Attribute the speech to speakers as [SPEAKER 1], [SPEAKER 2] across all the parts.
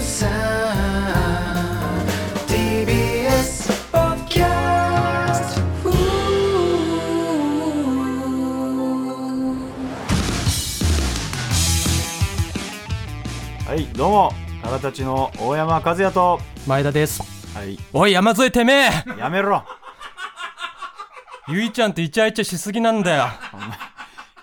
[SPEAKER 1] さ TBS ポッドキャスト
[SPEAKER 2] はいどうもタラたちの大山和也と
[SPEAKER 3] 前田です
[SPEAKER 2] はい
[SPEAKER 3] おい山添てめえ
[SPEAKER 2] やめろ
[SPEAKER 3] ゆいちゃんとイチャイチャしすぎなんだよ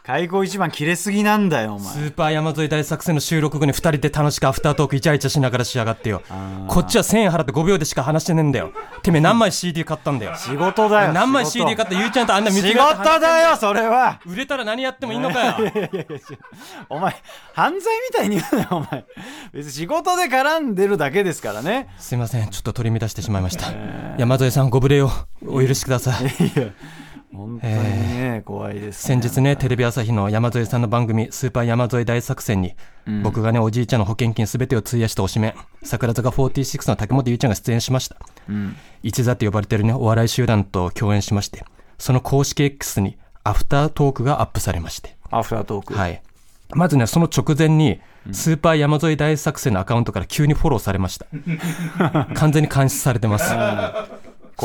[SPEAKER 2] 開口一番切れすぎなんだよお
[SPEAKER 3] ス
[SPEAKER 2] 前
[SPEAKER 3] ーパー山添大作戦の収録後に2人で楽しくアフタートークイチャイチャしながらしやがってよこっちは1000円払って5秒でしか話してねえんだよてめえ何枚 CD 買ったんだよ
[SPEAKER 2] 仕事だよ
[SPEAKER 3] 何枚
[SPEAKER 2] 仕事
[SPEAKER 3] CD 買ったゆいちゃんとあんな見つ
[SPEAKER 2] 仕
[SPEAKER 3] め合って話して
[SPEAKER 2] 事だよそれは
[SPEAKER 3] 売れたら何やってもいいのかよ
[SPEAKER 2] お前犯罪みたいに言うなよお前別に仕事で絡んでるだけですからね
[SPEAKER 3] すいませんちょっと取り乱してしまいました山添さんご無礼をお許しください
[SPEAKER 2] いや本当にね、怖いです
[SPEAKER 3] 先日ねテレビ朝日の山添さんの番組「スーパー山添大作戦に」僕がねおじいちゃんの保険金全てを費やしたおしめ桜坂46の竹本ゆいちゃんが出演しました、一座って呼ばれてるねお笑い集団と共演しましてその公式 X にアフタートークがアップされまして
[SPEAKER 2] アフタートーク、
[SPEAKER 3] はいまずねその直前にスーパー山添大作戦のアカウントから急にフォローされました完全に監視されてますそ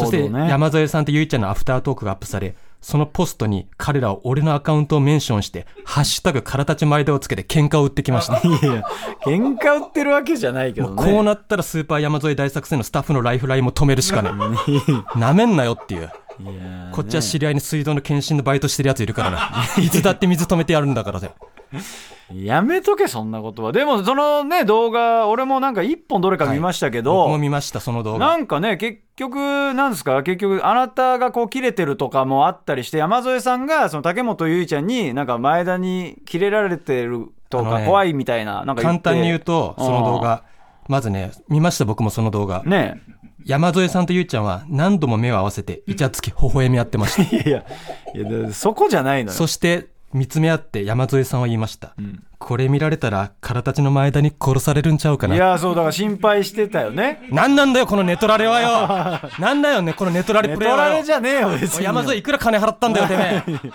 [SPEAKER 2] 行
[SPEAKER 3] し
[SPEAKER 2] 動ね
[SPEAKER 3] て山添さんとゆいちゃんのアフタートークがアップされ、そのポストに彼らは俺のアカウントをメンションして、ハッシュタグからたち前田をつけて喧嘩を売ってきました。
[SPEAKER 2] いや喧嘩売ってるわけじゃないけどね
[SPEAKER 3] こうなったらスーパー山添大作戦のスタッフのライフラインも止めるしかない。なめんなよっていう。
[SPEAKER 2] いやー
[SPEAKER 3] こっちは知り合いに水道の検診のバイトしてるやついるからな。いつだって水止めてやるんだからね。
[SPEAKER 2] やめとけそんなことはでもそのね動画俺もなんか一本どれか見ましたけ ど、
[SPEAKER 3] 僕も見ました、その動
[SPEAKER 2] な
[SPEAKER 3] 画。
[SPEAKER 2] んかね結局なんですか結局あなたがこう切れてるとかもあったりして山添さんがその竹本結衣ちゃんになんか前田に切れられてると
[SPEAKER 3] あの
[SPEAKER 2] か
[SPEAKER 3] ね
[SPEAKER 2] 怖いみたいな,、なんか
[SPEAKER 3] 簡単に言う
[SPEAKER 2] と
[SPEAKER 3] と、その動画。まずね、見ました僕もその動画。
[SPEAKER 2] ね
[SPEAKER 3] 山添さんとゆいちゃんは何度も目を合わせて、イチャつき微笑み合ってました。
[SPEAKER 2] えいやいやいやだそこじゃないのよ
[SPEAKER 3] そして見つめ合って山添さんは言いました、これ見られたら空たちの前田に殺されるんちゃうか
[SPEAKER 2] い
[SPEAKER 3] な
[SPEAKER 2] やそうだから心配してたよね
[SPEAKER 3] なんなんだよこのネトラレはよなんだよねこのネトラレ
[SPEAKER 2] 寝
[SPEAKER 3] プ
[SPEAKER 2] 取
[SPEAKER 3] レイは
[SPEAKER 2] ら
[SPEAKER 3] よ
[SPEAKER 2] れじゃねえよ別
[SPEAKER 3] おい
[SPEAKER 2] に
[SPEAKER 3] 山添いくら金払ったんだよてめえ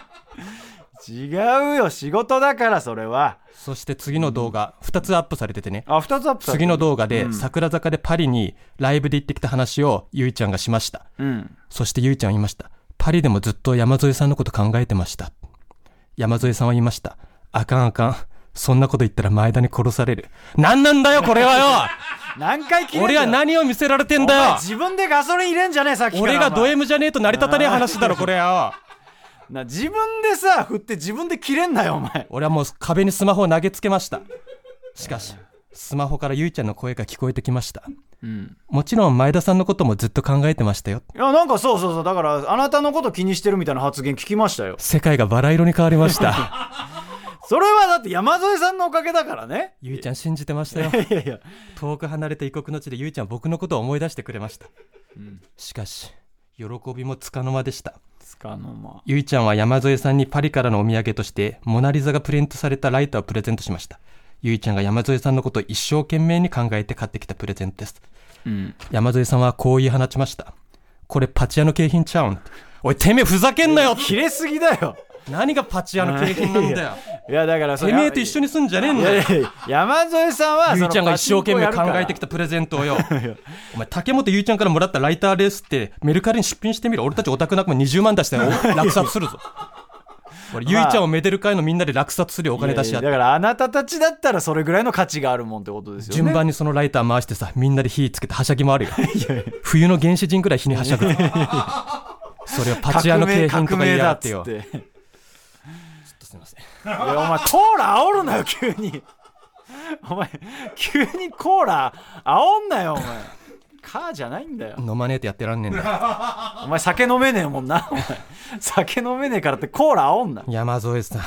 [SPEAKER 2] 違うよ仕事だからそれは
[SPEAKER 3] そして次の動画2つアップされててね
[SPEAKER 2] あ二つアップされ
[SPEAKER 3] 次の動画で桜坂でパリにライブで行ってきた話をゆいちゃんがしました
[SPEAKER 2] うん
[SPEAKER 3] そしてゆいちゃんは言いました。パリでもずっと山添さんのこと考えてました。山添さんは言いました。あかんあかん。そんなこと言ったら前田に殺される。なんなんだよ、これは
[SPEAKER 2] 何回切れ
[SPEAKER 3] よ
[SPEAKER 2] て
[SPEAKER 3] 俺は何を見せられてん
[SPEAKER 2] お前
[SPEAKER 3] だ
[SPEAKER 2] 自分でガソリン入れんじゃねえさっき
[SPEAKER 3] よ
[SPEAKER 2] から
[SPEAKER 3] 俺がド
[SPEAKER 2] お前
[SPEAKER 3] M じゃねえと成り立たねえ話だろ、これはよ
[SPEAKER 2] な自分でさ振って自分で切れんなよお前
[SPEAKER 3] 俺はもう壁にスマホを投げつけました。しかし、スマホからゆいちゃんの声が聞こえてきました。もちろん前田さんのこともずっと考えてましたよ。
[SPEAKER 2] いやなんかそうそうそうだからあなたのこと気にしてるみたいな発言聞きましたよ
[SPEAKER 3] 世界がバラ色に変わりました。
[SPEAKER 2] それはだって山添さんのおかげだからね
[SPEAKER 3] ゆいちゃん信じてましたよ。
[SPEAKER 2] いやいや
[SPEAKER 3] 遠く離れた異国の地でゆいちゃんは僕のことを思い出してくれました、しかし喜びもつかの間でした
[SPEAKER 2] つかの間
[SPEAKER 3] ゆいちゃんは山添さんにパリからのお土産としてモナ・リザがプリントされたライターをプレゼントしましたゆいちゃんが山添さんのことを一生懸命に考えて買ってきたプレゼントです、山添さんはこう言い放ちましたこれパチ屋の景品ちゃうんおいてめえふざけんなよ
[SPEAKER 2] 切れすぎだよ
[SPEAKER 3] 何がパチ屋の景品なんだよ
[SPEAKER 2] いやだからそ
[SPEAKER 3] てめえと一緒にすんじゃねえんだよ
[SPEAKER 2] いやいや山添さんは
[SPEAKER 3] ゆいちゃんが一生懸命考えてき
[SPEAKER 2] た
[SPEAKER 3] たプレゼントをよ。 お前、竹本ゆいちゃんからもらったライターですって、メルカリに出品してみろ。俺たちオタクなくも20万出したら落札する ぞ。俺、ゆいちゃんをめでる会のみんなで落札するよお
[SPEAKER 2] お
[SPEAKER 3] 金出し合っ
[SPEAKER 2] だ
[SPEAKER 3] て。
[SPEAKER 2] からあなたたちだったらそれぐらいの価値があるもんってことですよね
[SPEAKER 3] 順番にそのライター回してさ、みんなで火つけてはしゃぎ回るよ。冬の原始人くらい火にはしゃ ぐぞ。それをパチ屋の景品とか言いやがってよ。
[SPEAKER 2] 革命革命だっつって
[SPEAKER 3] すいません
[SPEAKER 2] いやお前コーラ煽るなよ急にお前急にコーラ煽んなよお前カーじゃないんだよ
[SPEAKER 3] 飲まねえとやってらんねえんだ。
[SPEAKER 2] お前酒飲めねえもんなお前酒飲めねえからってコーラ煽んな
[SPEAKER 3] 山添さん。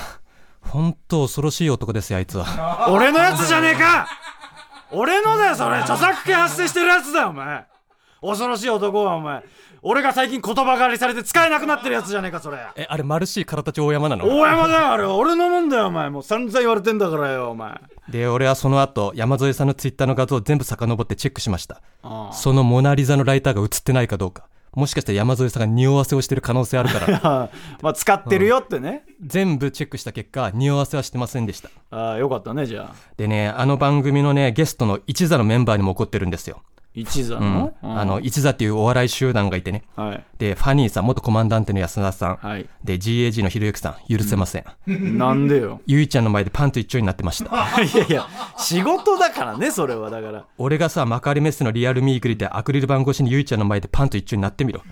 [SPEAKER 3] 本当恐ろしい男ですよ、あいつ は。
[SPEAKER 2] 俺のやつじゃねえか俺のだよそれ著作権発生してるやつだよお前恐ろしい男はお前俺が最近言葉狩りされて使えなくなってるやつじゃねえかそれ
[SPEAKER 3] え、あれ、マルシーからたち大山なの
[SPEAKER 2] 大山だよあれ俺のもんだよお前もう散々言われてんだからよお前
[SPEAKER 3] で俺はその後山添さんのツイッターの画像を全部遡ってチェックしました
[SPEAKER 2] あ
[SPEAKER 3] そのモナ・リザのライターが写ってないかどうかもしかしたら山添さんが匂わせをしてる可能性あ るから
[SPEAKER 2] まあ使ってるよってね、
[SPEAKER 3] 全部チェックした結果匂わせはしてませんでした
[SPEAKER 2] ああよかったねじゃあ
[SPEAKER 3] でねあの番組のねゲストの一座のメンバーにも怒ってるんですよ、
[SPEAKER 2] 一座
[SPEAKER 3] う
[SPEAKER 2] の
[SPEAKER 3] ん、あの一座っていうお笑い集団がいてね
[SPEAKER 2] はい
[SPEAKER 3] でファニーさん元コマンダンテの安田さん、
[SPEAKER 2] はい
[SPEAKER 3] で GAG のひろゆきさん許せません、
[SPEAKER 2] なんでよ
[SPEAKER 3] ゆいちゃんの前でパンツ一丁になってました
[SPEAKER 2] いやいや仕事だからねそれはだから
[SPEAKER 3] 俺がさ幕張メッセのリアルミーグリでアクリル板越しにゆいちゃんの前でパンと一緒になってみろ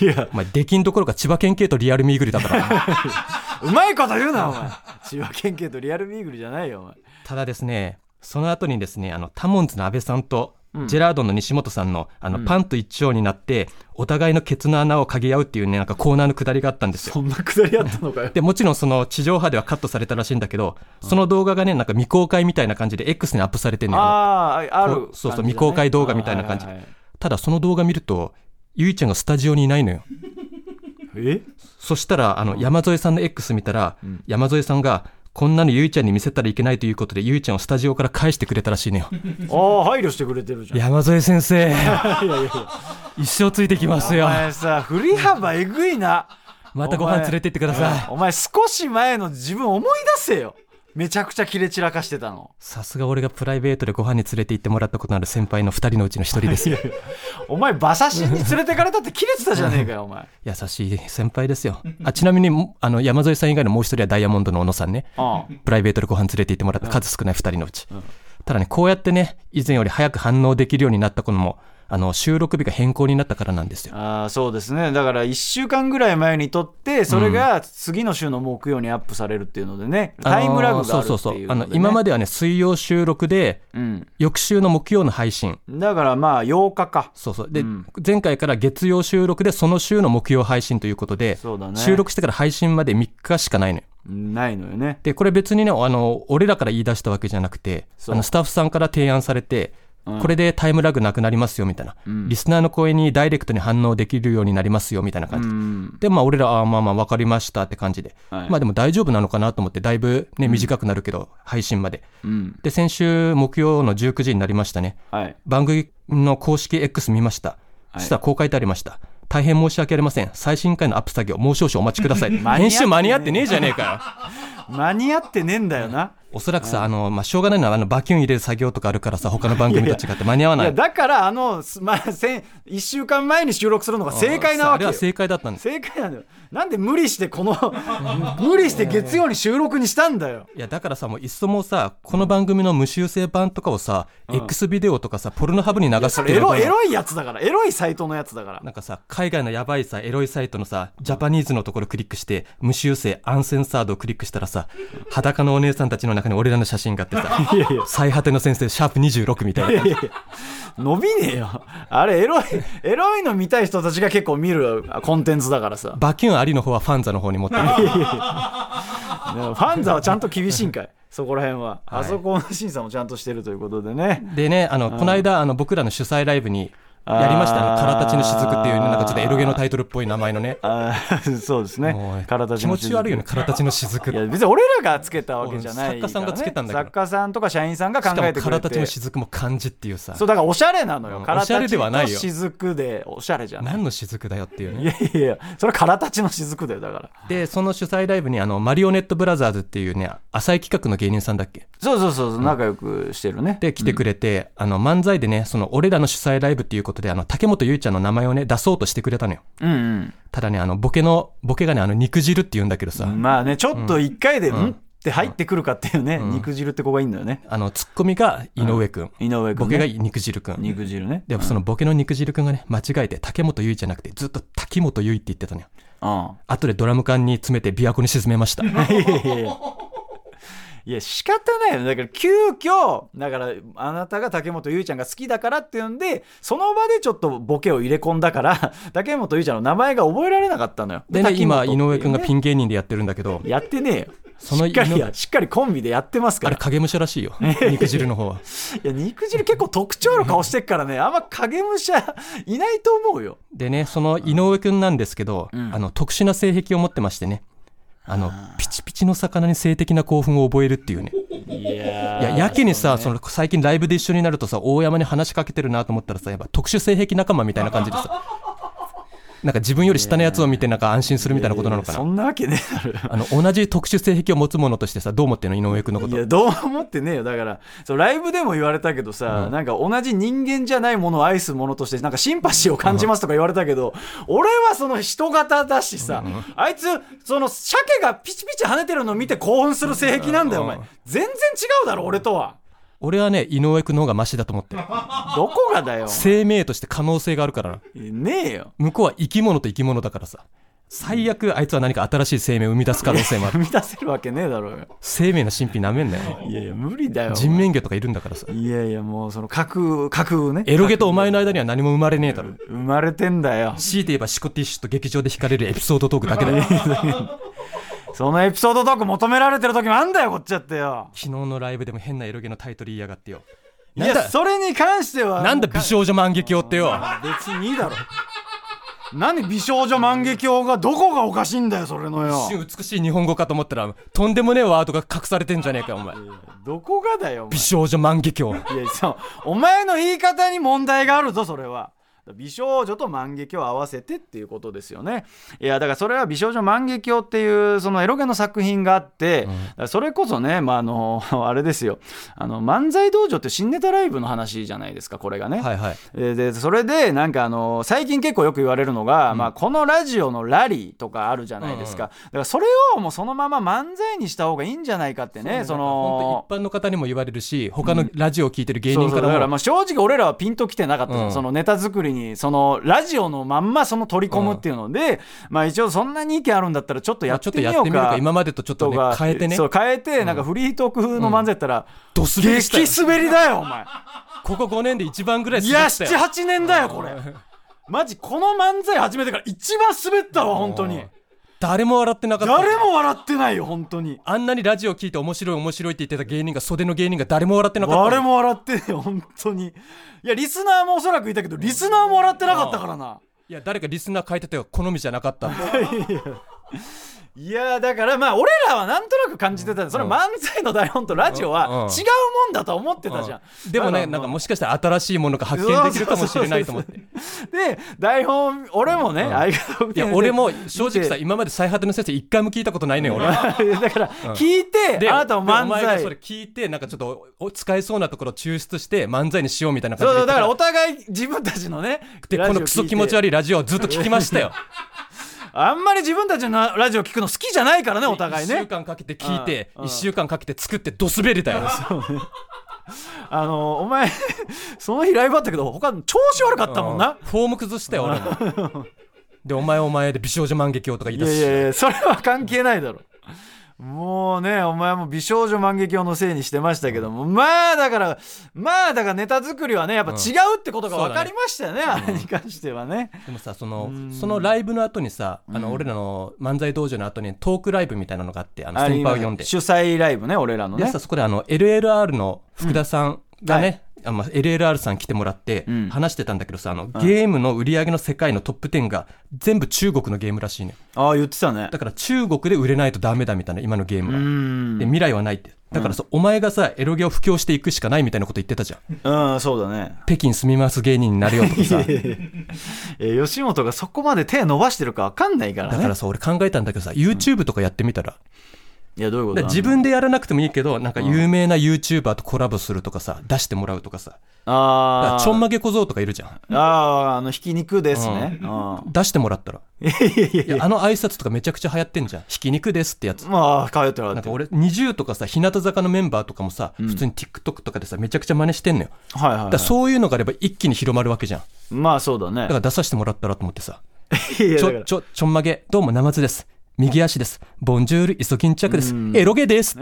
[SPEAKER 2] いや
[SPEAKER 3] お前出禁どころか千葉県警とリアルミーグリだから
[SPEAKER 2] うまいこと言うなお前千葉県警とリアルミーグルじゃないよお前
[SPEAKER 3] ただですねその後にですねあのタモンズの安倍さんとジェラードンの西本さんのあの、パンと一丁になってお互いのケツの穴を嗅ぎ合うっていうねなんかコーナーのくだりがあったんですよ
[SPEAKER 2] そんなくだりあったのかよ
[SPEAKER 3] でもちろんその地上波ではカットされたらしいんだけどその動画がねなんか未公開みたいな感じで X にアップされてんの よ
[SPEAKER 2] ああある感じだね
[SPEAKER 3] そうそう未公開動画みたいな感じ
[SPEAKER 2] はいはいはい
[SPEAKER 3] ただその動画見るとゆいちゃんがスタジオにいないのよ
[SPEAKER 2] え
[SPEAKER 3] そしたら、あの、山添さんの X 見たら、山添さんが、こんなのゆいちゃんに見せたらいけないということで、ゆいちゃんをスタジオから返してくれたらしいのよ。
[SPEAKER 2] ああ配慮してくれてるじゃんい
[SPEAKER 3] 山添先生、
[SPEAKER 2] やいやいや
[SPEAKER 3] 一生ついてきますよ
[SPEAKER 2] お。前さ振り幅えぐいな
[SPEAKER 3] またご飯連れてってください。
[SPEAKER 2] お前少し前の自分思い出せよめちゃくちゃキレ散らかしてたの
[SPEAKER 3] さすが俺がプライベートでご飯に連れて行ってもらったことのある先輩の二人のうちの一人ですよ。
[SPEAKER 2] お前馬刺しに連れてかれたってキレてたじゃねえかよお前
[SPEAKER 3] 優しい先輩ですよ。あ、ちなみに、もあの、山添さん以外のもう一人はダイヤモンドの小野さんね。
[SPEAKER 2] うん
[SPEAKER 3] プライベートでご飯連れて行ってもらった数少ない2人のうち、ただねこうやってね以前より早く反応できるようになったこともあの収録日が変更になったからなんですよ
[SPEAKER 2] あーそうですねだから1週間ぐらい前に撮ってそれが次の週の木曜にアップされるっていうのでね、タイムラグがあるっていうので、ね、
[SPEAKER 3] そうそうそうあの今まではね水曜収録で
[SPEAKER 2] うん
[SPEAKER 3] 翌週の木曜の配信
[SPEAKER 2] だからまあ8日か
[SPEAKER 3] そうそうで、
[SPEAKER 2] ん
[SPEAKER 3] 前回から月曜収録でその週の木曜配信ということで、
[SPEAKER 2] そうだね
[SPEAKER 3] 収録してから配信まで3日しかないのよ
[SPEAKER 2] ないのよね
[SPEAKER 3] でこれ別にねあの俺らから言い出したわけじゃなくて
[SPEAKER 2] そう
[SPEAKER 3] あのスタッフさんから提案されて、これでタイムラグなくなりますよみたいな、リスナーの声にダイレクトに反応できるようになりますよみたいな感じ、
[SPEAKER 2] うん
[SPEAKER 3] でまあ俺らあーまあまあ分かりましたって感じで、
[SPEAKER 2] はい
[SPEAKER 3] まあでも大丈夫なのかなと思ってだいぶね短くなるけど、配信まで
[SPEAKER 2] うん
[SPEAKER 3] で先週木曜の19時になりましたね
[SPEAKER 2] はい
[SPEAKER 3] 番組の公式 X 見ました
[SPEAKER 2] い
[SPEAKER 3] そしたらこう書いてありました、大変申し訳ありません最新回のアップ作業もう少々お待ちくだ さい
[SPEAKER 2] 合ってね
[SPEAKER 3] 編集間に合ってねえじゃねえかよ
[SPEAKER 2] 間に合ってねえんだよな、
[SPEAKER 3] おそらくさ、あの、まあ、しょうがないのは、あの、バキュン入れる作業とかあるからさ、他の番組と違って間に合わないい。
[SPEAKER 2] やだからあの、すまあ、せん1週間前に収録するのが正解なわけよ
[SPEAKER 3] あれは正解だったんです。
[SPEAKER 2] 正解なんだよなんで無理してこの無理して月曜に収録にしたんだよ
[SPEAKER 3] いや、だからさ、もういっそもうさ、この番組の無修正版とかをさ、X ビデオとかさ、ポルノハブに流す
[SPEAKER 2] そ
[SPEAKER 3] って
[SPEAKER 2] れエ
[SPEAKER 3] いうの
[SPEAKER 2] ロ
[SPEAKER 3] が
[SPEAKER 2] エロいやつだからエロいサイトのやつだから
[SPEAKER 3] なんかさ、海外のやばいさ、エロいサイトのさ、ジャパニーズのところクリックして、無修正、アンセンサードをクリックしたらさ、裸のお姉さんたちの中に俺らの写真があってさ、
[SPEAKER 2] いやいや
[SPEAKER 3] 最果ての先生、シャープ26みたいな。
[SPEAKER 2] 伸びねえよあれエロいエロいの見たい人たちが結構見るコンテンツだからさ
[SPEAKER 3] バキュンありの方はファンザの方に持ってる。
[SPEAKER 2] ファンザはちゃんと厳しいんかいそこら辺は、
[SPEAKER 3] はい
[SPEAKER 2] あそこの審査もちゃんとしてるということでね
[SPEAKER 3] でね、あの、この間、あの、僕らの主催ライブに、やりました
[SPEAKER 2] あ
[SPEAKER 3] ね。
[SPEAKER 2] ー
[SPEAKER 3] カラタチの雫っていうね、なんかちょっとエロゲのタイトルっぽい名前のね。
[SPEAKER 2] あーそうです
[SPEAKER 3] もう
[SPEAKER 2] ね体
[SPEAKER 3] 気持ち悪いよね、カラタチの雫。
[SPEAKER 2] いや別に俺らがつけたわけじゃないから、ね、
[SPEAKER 3] 作家さんがつけたんだけど
[SPEAKER 2] 作家さんとか社員さんが考
[SPEAKER 3] しかも
[SPEAKER 2] えて
[SPEAKER 3] カ
[SPEAKER 2] く
[SPEAKER 3] ラ
[SPEAKER 2] れ
[SPEAKER 3] タチの
[SPEAKER 2] て
[SPEAKER 3] 雫も漢字っていうさ
[SPEAKER 2] そ、うだからおしゃれなのよ、
[SPEAKER 3] うん
[SPEAKER 2] カラ
[SPEAKER 3] おしゃれではないよ
[SPEAKER 2] タチの雫でおしゃれじゃない
[SPEAKER 3] 何の雫だよっていう
[SPEAKER 2] い
[SPEAKER 3] ね。
[SPEAKER 2] やいやいやそれは空たちの雫だよだから
[SPEAKER 3] で、その主催ライブに、あの、マリオネットブラザーズっていうね、浅井企画の芸人さんだっけ
[SPEAKER 2] そうそうそうそう仲良くしてるね
[SPEAKER 3] で、来てくれて、あの、漫才でね、その、俺らの主催ライブっていうことで、あの、竹本ゆいちゃんの名前をね、出そうとしてくれたのよ。
[SPEAKER 2] うんうん
[SPEAKER 3] ただね、あの、ボケの、ボケがね、あの、肉汁って言うんだけどさ、
[SPEAKER 2] まあね、ちょっと一回で、んって入ってくるかっていうね、肉汁って子がいいんだよね。
[SPEAKER 3] あの、ツッコミが井上くん、
[SPEAKER 2] 井上
[SPEAKER 3] ボ
[SPEAKER 2] 君、
[SPEAKER 3] ケが
[SPEAKER 2] ね。
[SPEAKER 3] 肉汁くん。
[SPEAKER 2] 肉汁ね。
[SPEAKER 3] でもそのボケの肉汁くんがね、間違えて竹本結衣じゃなくてずっと滝本結衣って言ってたのよ。
[SPEAKER 2] うん。
[SPEAKER 3] 後でドラム缶に詰めて琵琶湖に沈めま した。
[SPEAKER 2] いやいやいや。いや仕方ないよねだから急遽だからあなたが竹本結衣ちゃんが好きだからっていうんでその場でちょっとボケを入れ込んだから 竹本結衣ちゃんの名前が覚えられなかったのよ
[SPEAKER 3] でね、今井上くんがピ
[SPEAKER 2] ン
[SPEAKER 3] ン芸人でやってるんだけど、
[SPEAKER 2] やってねえよ
[SPEAKER 3] その
[SPEAKER 2] しっか
[SPEAKER 3] 井
[SPEAKER 2] り
[SPEAKER 3] 上
[SPEAKER 2] やしっかりコンビでやってますか
[SPEAKER 3] あれ
[SPEAKER 2] ら
[SPEAKER 3] 影武者らしい よ。肉汁の方は。
[SPEAKER 2] いや肉汁結構特徴の顔してっからねあんま影武者いないと思うよ
[SPEAKER 3] でね、その井上くんなんですけど、
[SPEAKER 2] ん
[SPEAKER 3] あの、特殊な性癖を持ってましてね。あの、ピチピチの魚に性的な興奮を覚えるっていうね。
[SPEAKER 2] いや
[SPEAKER 3] いや、やけにさ、その、最近ライブで一 緒になるとさ、大山に話しかけてるなと思ったらさ、やっぱ特殊性癖仲間みたいな感じでさ、なんか自分より下のやつを見てなんか安心するみたいなことなのか
[SPEAKER 2] いやいやそ
[SPEAKER 3] な。
[SPEAKER 2] んなわけねえだろ
[SPEAKER 3] あの同じ特殊性癖を持つ者としてさどう思ってんの井上 君のこ
[SPEAKER 2] い
[SPEAKER 3] と
[SPEAKER 2] やどうも思ってねえよだからそうライブでも言われたけどさ、
[SPEAKER 3] うん
[SPEAKER 2] なんか同じ人間じゃないものを愛すものとしてなんかシンパシーを感じますとか言われたけど、俺はその人型だしさ、あいつその鮭がピチピチ跳ねてるのを見て興奮する性癖なんだよ、
[SPEAKER 3] うん
[SPEAKER 2] お前全然違うだろ俺とは
[SPEAKER 3] 俺はね井上君の方がマシだと思ってる
[SPEAKER 2] どこがだよ
[SPEAKER 3] 生命として可能性があるからな
[SPEAKER 2] ねえよ
[SPEAKER 3] 向こうは生き物と生き物だからさ最悪あいつは何か新しい生命を生み出す可能性もある
[SPEAKER 2] 踏み出せるわけねえだろうよ
[SPEAKER 3] 生命の神秘なめんなよ
[SPEAKER 2] いやいや無理だよ
[SPEAKER 3] 人面魚とかいるんだからさ
[SPEAKER 2] いやいやもうその架空架空ね
[SPEAKER 3] エロゲとお前の間には何も生まれねえだろ
[SPEAKER 2] 生まれてんだよ
[SPEAKER 3] 強いて言えばシコティッシュと劇場で惹かれるエピソードトークだけだよ昨
[SPEAKER 2] そのエピソードトーク求められてる時もあんだよこっちだってよ
[SPEAKER 3] 日のライブでも変なエロゲのタイトル言いやがってよ
[SPEAKER 2] い
[SPEAKER 3] なん
[SPEAKER 2] や
[SPEAKER 3] だ
[SPEAKER 2] それに関しては
[SPEAKER 3] なんだ美少女万華鏡ってよ
[SPEAKER 2] 別にいいだろ何美少女万華鏡がどこがおかしいんだよそれのよ
[SPEAKER 3] 一瞬美しい日本語かと思ったらとんでもねえワードが隠されてんじゃねえかお前
[SPEAKER 2] どこがだよお前
[SPEAKER 3] 美少女万華鏡
[SPEAKER 2] いやそうお前の言い方に問題があるぞそれは美少女と万華鏡を合わせてっていうことですよねいやだからそれは美少女万華鏡っていうそのエロゲの作品があって、それこそね、まあ、あの あれですよあの漫才道場って新ネタライブの話じゃないですかこれがね、
[SPEAKER 3] はいはい
[SPEAKER 2] えーでそれでなんかあの最近結構よく言われるのが、まあ、このラジオのラリーとかあるじゃないですか、だからそれをもうそのまま漫才にした方がいいんじゃないかってねその
[SPEAKER 3] 本当一般の方にも言われるし他のラジオを聞いてる芸
[SPEAKER 2] そう
[SPEAKER 3] 人
[SPEAKER 2] そうだ
[SPEAKER 3] か
[SPEAKER 2] から
[SPEAKER 3] らも
[SPEAKER 2] まあ正直俺らはピンときてなかったの、
[SPEAKER 3] うん
[SPEAKER 2] そのネタ作りにそのラジオのまんまその取り込むっていうので、まあ一応そんなに意見あるんだったらちょっと
[SPEAKER 3] ま
[SPEAKER 2] や
[SPEAKER 3] あ
[SPEAKER 2] っ
[SPEAKER 3] ちょ
[SPEAKER 2] て
[SPEAKER 3] っと
[SPEAKER 2] み
[SPEAKER 3] や
[SPEAKER 2] よ
[SPEAKER 3] っ
[SPEAKER 2] う
[SPEAKER 3] てみよう
[SPEAKER 2] か
[SPEAKER 3] か今までとちょっ
[SPEAKER 2] と
[SPEAKER 3] とね
[SPEAKER 2] か
[SPEAKER 3] 変えてね
[SPEAKER 2] そう変えてなんかフリートーク風の漫才やったら、
[SPEAKER 3] ドスベリした
[SPEAKER 2] 激
[SPEAKER 3] よ
[SPEAKER 2] 滑りだよお前
[SPEAKER 3] ここ5年で一番ぐらい
[SPEAKER 2] いや
[SPEAKER 3] 滑ったよ
[SPEAKER 2] 78年だよこれマジこの漫才始めてから一番滑ったわ本当に
[SPEAKER 3] 誰も笑ってなかった
[SPEAKER 2] 誰も笑ってないよ本当に
[SPEAKER 3] あんなにラジオ聞いて面白い面白いって言ってた芸人が袖の芸人が誰も笑ってなかった
[SPEAKER 2] 誰も笑ってないよ本当にいやリスナーもおそらくいたけどリスナーも笑ってなかったからない
[SPEAKER 3] や誰かリスナー書いてたよ好みじゃなかった って
[SPEAKER 2] いやーだからまあ俺らはなんとなく感じてたんだそれ
[SPEAKER 3] うん
[SPEAKER 2] 漫才の台本とラジオ
[SPEAKER 3] うん
[SPEAKER 2] は
[SPEAKER 3] うん
[SPEAKER 2] 違うもんだと思ってたじゃん、
[SPEAKER 3] でも
[SPEAKER 2] だ
[SPEAKER 3] ね
[SPEAKER 2] ら
[SPEAKER 3] なんかもしかしたら新しいものが発見できるかもしれないと思って
[SPEAKER 2] で台本俺もね、相方を見
[SPEAKER 3] い
[SPEAKER 2] て
[SPEAKER 3] や俺も正直さ
[SPEAKER 2] 見て
[SPEAKER 3] 今まで最果ての先生一回も聞いたことないねん俺
[SPEAKER 2] だから聞いて、
[SPEAKER 3] で
[SPEAKER 2] あなたも漫
[SPEAKER 3] お前がそれ
[SPEAKER 2] 才
[SPEAKER 3] 聞いてなんかちょっとお使えそうなところを抽出して漫才にしようみたいな感
[SPEAKER 2] そ
[SPEAKER 3] じ
[SPEAKER 2] う
[SPEAKER 3] で
[SPEAKER 2] そ
[SPEAKER 3] 言
[SPEAKER 2] う
[SPEAKER 3] って
[SPEAKER 2] だ
[SPEAKER 3] た
[SPEAKER 2] から
[SPEAKER 3] ら
[SPEAKER 2] お互い自分たちのね
[SPEAKER 3] でこのクソ気持ち
[SPEAKER 2] 悪い
[SPEAKER 3] 悪いラジオをずっと聞きましたよ
[SPEAKER 2] あんまり自分たちのラジオ聞くの好きじゃないから ねお互い
[SPEAKER 3] 1
[SPEAKER 2] ね
[SPEAKER 3] 週間かけて聞いて
[SPEAKER 2] うん
[SPEAKER 3] 1週間かけて作ってドスベリだよ
[SPEAKER 2] あのお前 その日ライブあったけど他調子悪かったもんな、
[SPEAKER 3] フォーム崩したよ俺も でお前お前で美少女万華鏡とか言い
[SPEAKER 2] い
[SPEAKER 3] 出
[SPEAKER 2] やい
[SPEAKER 3] すし
[SPEAKER 2] やいやそれは関係ないだろもうねお前も美少女万華鏡のせいにしてましたけどもまあだからまあだからネタ作りはねやっぱ違うってことが分かりましたよね,、あれに関してはね、
[SPEAKER 3] でもさそのそのライブの後にさあの俺らの漫才道場の後にトークライブみたいなのがあってあの
[SPEAKER 2] あれ
[SPEAKER 3] 先
[SPEAKER 2] 今
[SPEAKER 3] 輩を呼んで
[SPEAKER 2] 主催ライブね俺らの
[SPEAKER 3] で
[SPEAKER 2] ね
[SPEAKER 3] さそこであの LLR の福田さんがね、あまあ LLR さん来てもらって
[SPEAKER 2] ん
[SPEAKER 3] 話してたんだけどさ、あのゲームの売り上げの世界のトップ10が全部中国のゲームらしいね
[SPEAKER 2] ああ言ってたね
[SPEAKER 3] だから中国で売れないとダメだみたいな今のゲーム
[SPEAKER 2] う
[SPEAKER 3] が、
[SPEAKER 2] ん
[SPEAKER 3] で未来はないってだからさ、お前がさエロゲを布教していくしかないみたいなこと言ってたじゃん
[SPEAKER 2] うんそうだね
[SPEAKER 3] 北京住みます芸人になれよとかさ
[SPEAKER 2] えー吉本がそこまで手伸ばしてるか分かんないからね
[SPEAKER 3] だからさ俺考えたんだけどさ YouTube とかやってみたら,、
[SPEAKER 2] いやどういうことなの
[SPEAKER 3] 自分でやらなくてもいいけどなんか有名な YouTuber とコラボするとかさ出してもらうとかさだから
[SPEAKER 2] あ
[SPEAKER 3] ちょんまげ小僧とかいるじゃん
[SPEAKER 2] ああああのひき肉ですね、うん
[SPEAKER 3] 出してもらったらいやあの挨拶とかめちゃくちゃ流行ってんじゃんひき肉ですってやつ
[SPEAKER 2] まあ通ってもらっ
[SPEAKER 3] なん
[SPEAKER 2] て
[SPEAKER 3] か
[SPEAKER 2] はい
[SPEAKER 3] 俺20とかさ日向坂のメンバーとかもさ、普通に TikTok とかでさめちゃくちゃ真似してんのよだ
[SPEAKER 2] はい、は
[SPEAKER 3] からそういうのがあれば一気に広まるわけじゃんだ
[SPEAKER 2] い、まあそうだね
[SPEAKER 3] から出させてもらったらと思ってさ
[SPEAKER 2] いや
[SPEAKER 3] ち
[SPEAKER 2] だか
[SPEAKER 3] ょ
[SPEAKER 2] ら
[SPEAKER 3] ちょちょんまげどうもナマズです右足ですボンジュールイソギンチャクですエロゲです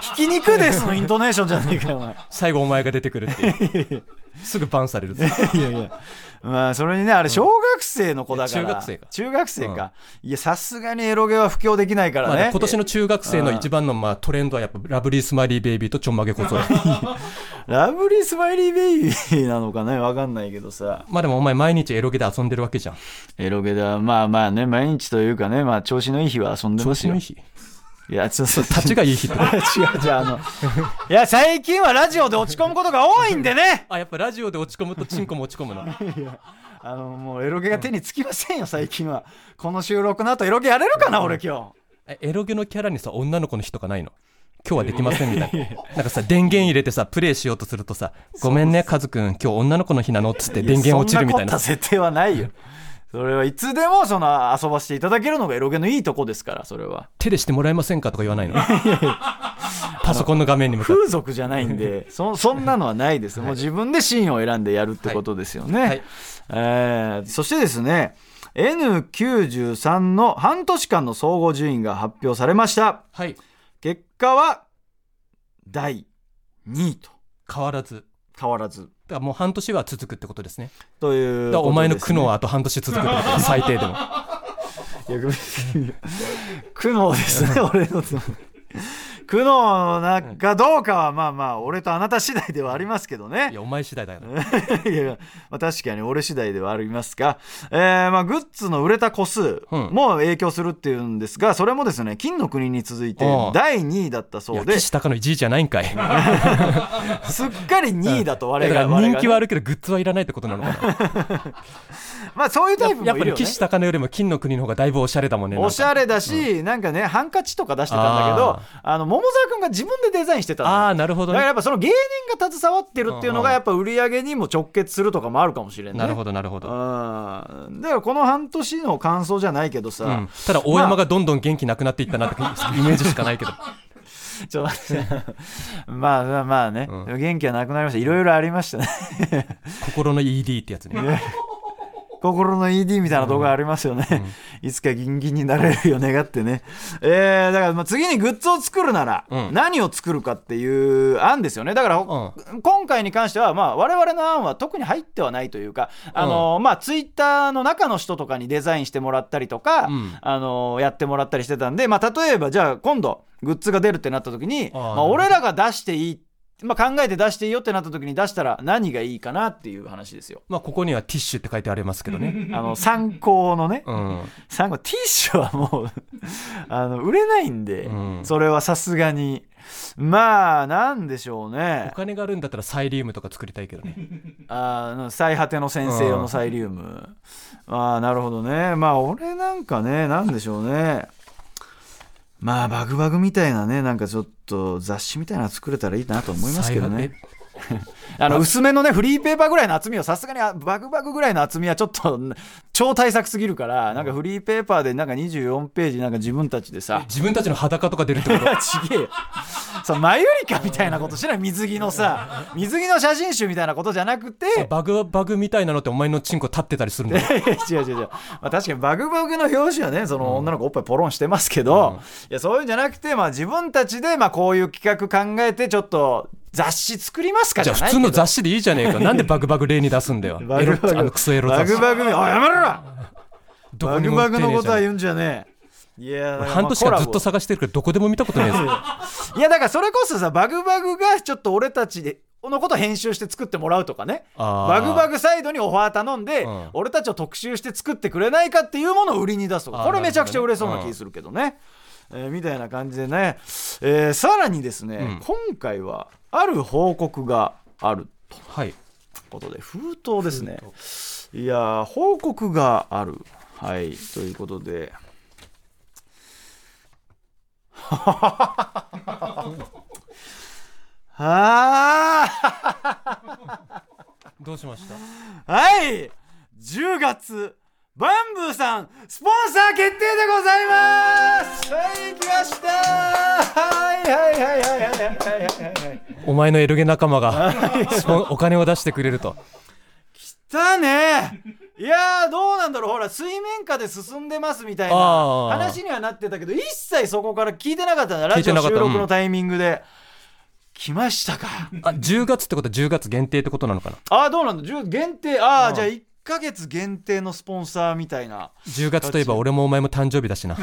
[SPEAKER 2] ひき肉ですのイントネーションじゃねえかよお 前
[SPEAKER 3] 最後お前が出てくるっていうすぐバンされるぞ
[SPEAKER 2] いやいやまあそれにねあれ小学生の子だから、
[SPEAKER 3] 中学生か
[SPEAKER 2] 中学生かいやさすがにエロゲは布教できないから
[SPEAKER 3] ま
[SPEAKER 2] ね,、
[SPEAKER 3] あね今年の中学生の一番のまあトレンドはやっぱラブリースマイリーベイビーとちょんまげ小僧
[SPEAKER 2] ラブリースマイリーベイビーなのかねわかんないけどさ
[SPEAKER 3] まあでもお前毎日エロゲで遊んでるわけじゃん
[SPEAKER 2] エロゲだまあまあね毎日というかねまあ調子のいい日は遊んでますよ
[SPEAKER 3] 調子のいい日
[SPEAKER 2] いやちょっと
[SPEAKER 3] 立ちがいい日って
[SPEAKER 2] 違うじゃあ あのいや最近はラジオで落ち込むことが多いんでね
[SPEAKER 3] あやっぱラジオで落ち込むとチンコも落ち込むの
[SPEAKER 2] あのもうエロゲが手につきませんよ最近はこの収録の後エロゲやれるかな俺今日
[SPEAKER 3] えエロゲのキャラにさ女の子の日とかないの今日はできませんみたいななんかさ電源入れてさプレイしようとするとさ「ごめんねカズくん今日女の子の日なの」っつって電源落ちるみたい
[SPEAKER 2] や
[SPEAKER 3] な
[SPEAKER 2] そんなことは設定はない よそれはいつでもその遊ばせていただけるのがエロゲのいいとこですからそれ は
[SPEAKER 3] 手でしてもらえませんかとか言 わないのパソコンの画面に向かって
[SPEAKER 2] 風俗じゃないんで そそんなのはないです、もう自分でシーンを選んでやるってことですよね、
[SPEAKER 3] はいはい
[SPEAKER 2] えーそしてですね N93 の半年間の総合順位が発表されました
[SPEAKER 3] はい
[SPEAKER 2] 結果は第2位と
[SPEAKER 3] 変わらず
[SPEAKER 2] 変わらず
[SPEAKER 3] だからもう半年は続くってことですね
[SPEAKER 2] という
[SPEAKER 3] だからお前の
[SPEAKER 2] ことです
[SPEAKER 3] 苦
[SPEAKER 2] ね
[SPEAKER 3] 悩はあと半年続くってことです最低で も
[SPEAKER 2] いやごめんなさい 苦悩ですね俺のつまり苦悩なかどうかはまあまあ俺とあなた次第ではありますけどね
[SPEAKER 3] いやお前次第だよな
[SPEAKER 2] いや、まあ、確かに俺次第ではありますが、えーまあ、グッズの売れた個数
[SPEAKER 3] うん
[SPEAKER 2] も影響するっていうんですが、それもですね金の国に続いて
[SPEAKER 3] ああ
[SPEAKER 2] 第2位だった
[SPEAKER 3] い
[SPEAKER 2] そう
[SPEAKER 3] や
[SPEAKER 2] で
[SPEAKER 3] 岸高のいじいじゃないんかいいや
[SPEAKER 2] すっかり2位だと我
[SPEAKER 3] だか
[SPEAKER 2] 々が我
[SPEAKER 3] ら
[SPEAKER 2] 々
[SPEAKER 3] 人
[SPEAKER 2] が
[SPEAKER 3] 気はあるけどグッズはいらないってことなの かな
[SPEAKER 2] まあ、そういうタイプもい
[SPEAKER 3] やっぱ
[SPEAKER 2] る
[SPEAKER 3] り
[SPEAKER 2] よね
[SPEAKER 3] 岸高のよりも金の国の方がだいぶおしゃれだもんねなんか
[SPEAKER 2] おしゃれだし、なんかねハンカチとか出してたんだけど
[SPEAKER 3] あ
[SPEAKER 2] あの桃沢君が自分でデザインしてたの
[SPEAKER 3] ああなるほ
[SPEAKER 2] だ
[SPEAKER 3] ど
[SPEAKER 2] か
[SPEAKER 3] ね
[SPEAKER 2] らやっぱその芸人が携わってるっていうのがやっぱ売り上げにも直結するとかもあるかもしれない、ね、
[SPEAKER 3] なるほ
[SPEAKER 2] ど
[SPEAKER 3] どなるほど、
[SPEAKER 2] うんだからこの半年の感想じゃないけどさ、
[SPEAKER 3] うんただ大山がどんどん元気なくなっていったなってイメージしかな いけど
[SPEAKER 2] ちょっと待って。 まあまあまあね、
[SPEAKER 3] うん
[SPEAKER 2] でも元気はなくなりました。いろいろありましたね。
[SPEAKER 3] 心の ED ってやつね
[SPEAKER 2] 心の ED みたいな動画ありますよね。いつかギンギンになれるよう願ってね。えー、だからまあ次にグッズを作るなら、
[SPEAKER 3] うん
[SPEAKER 2] 何を作るかっていう案ですよね。だから、今回に関しては、まあ、我々の案は特に入ってはないというか、あのまあ、ツイッターの中の人とかにデザインしてもらったりとか、
[SPEAKER 3] うん
[SPEAKER 2] あのやってもらったりしてたんで、まあ、例えばじゃあ今度グッズが出るってなった時に
[SPEAKER 3] あー
[SPEAKER 2] ま
[SPEAKER 3] なる
[SPEAKER 2] あ、
[SPEAKER 3] ほど
[SPEAKER 2] 俺らが出していい、まあ、考えて出していいよってなった時に出したら何がいいかなっていう話ですよ。
[SPEAKER 3] まあここにはティッシュって書いてありますけ どね
[SPEAKER 2] あの参考のね、
[SPEAKER 3] うん
[SPEAKER 2] 参考ティッシュはもう あの売れないんで、
[SPEAKER 3] うん
[SPEAKER 2] それはさすがにまあなんでしょう
[SPEAKER 3] お
[SPEAKER 2] ね
[SPEAKER 3] 金があるんだったらサイリウムとか作りたいけどね
[SPEAKER 2] あの最果ての先生用のサイリウム、ああなるほどねまあ俺なんかねなんでしょうねまあバグバグみたいなねなんかちょっと雑誌みたいなの作れたらいいなと思いますけどねあの薄めのねフリーペーパーぐらいの厚みはさすがにあバグバグぐらいの厚みはちょっとん超大作すぎるからなんかフリーペーパーでなんか24ページなんか自分たちでさ
[SPEAKER 3] 自分たちの裸とか出るってこと
[SPEAKER 2] ちげえよそうマユリカみたいなことしない水着のさ水着の写真集みたいなことじゃなくて
[SPEAKER 3] バグバグみたいなのってお前のチンコ立ってたりするんだよ
[SPEAKER 2] 違う違う違う、まあ、確かにバグバグの表紙はねその女の子おっぱいポロンしてますけど、いやそういうんじゃなくて、まあ、自分たちでまあこういう企画考えてちょっと雑誌作りますかじ
[SPEAKER 3] じゃ
[SPEAKER 2] ゃ
[SPEAKER 3] あ
[SPEAKER 2] ない
[SPEAKER 3] 普通の雑誌でいいじゃねえかなんでバグバグ例に出すんだよ
[SPEAKER 2] バ
[SPEAKER 3] エ
[SPEAKER 2] グ
[SPEAKER 3] ロ
[SPEAKER 2] バグ
[SPEAKER 3] あのクソエロ
[SPEAKER 2] バ
[SPEAKER 3] 雑誌
[SPEAKER 2] グバグおいやめろ
[SPEAKER 3] どこ
[SPEAKER 2] バ
[SPEAKER 3] に
[SPEAKER 2] グ
[SPEAKER 3] も
[SPEAKER 2] バ
[SPEAKER 3] 売っ
[SPEAKER 2] グ
[SPEAKER 3] て
[SPEAKER 2] の
[SPEAKER 3] ねえ
[SPEAKER 2] こと
[SPEAKER 3] じゃん
[SPEAKER 2] は言うんじゃねえいやだからまあ
[SPEAKER 3] 半年間ずっ
[SPEAKER 2] コラボ
[SPEAKER 3] と探してるけどどこでも見たことねえぞ
[SPEAKER 2] いやだからそれこそさバグバグがちょっと俺たちでのこと編集して作ってもらうとかね
[SPEAKER 3] あー
[SPEAKER 2] バグバグサイドにオファー頼んで、
[SPEAKER 3] うん
[SPEAKER 2] 俺たちを特集して作ってくれないかっていうものを売りに出すとか
[SPEAKER 3] あー
[SPEAKER 2] これめちゃくちゃ売れそうな
[SPEAKER 3] なるほ
[SPEAKER 2] 気
[SPEAKER 3] どね
[SPEAKER 2] するけどね、えーみたいな感じでね、えーさらにですね、
[SPEAKER 3] うん
[SPEAKER 2] 今回はある報告があると
[SPEAKER 3] はい
[SPEAKER 2] いうことで封筒ですねいやー報告があるはいということで はあ
[SPEAKER 3] どうしました
[SPEAKER 2] はい10月バンブーさんスポンサー決定でございますはい来ましたはいはいはいはいはいはいはいはい
[SPEAKER 3] お前のエルゲ仲間がスポンお金を出してくれると
[SPEAKER 2] だねいやーどうなんだろうほら水面下で進んでますみたいな
[SPEAKER 3] あー
[SPEAKER 2] 話にはなってたけど一切そこから聞いてなかったんだラ
[SPEAKER 3] 聞い
[SPEAKER 2] ジ
[SPEAKER 3] て
[SPEAKER 2] オ
[SPEAKER 3] なかっ
[SPEAKER 2] 収
[SPEAKER 3] た
[SPEAKER 2] 録のタイミングで、来ましたか
[SPEAKER 3] あ10月ってことは10月限定ってことなのかな
[SPEAKER 2] あーどうなんだ10限定ああ
[SPEAKER 3] うん
[SPEAKER 2] じゃあ1ヶ月限定のスポンサーみたいな
[SPEAKER 3] 10月といえば俺もお前も誕生日だしな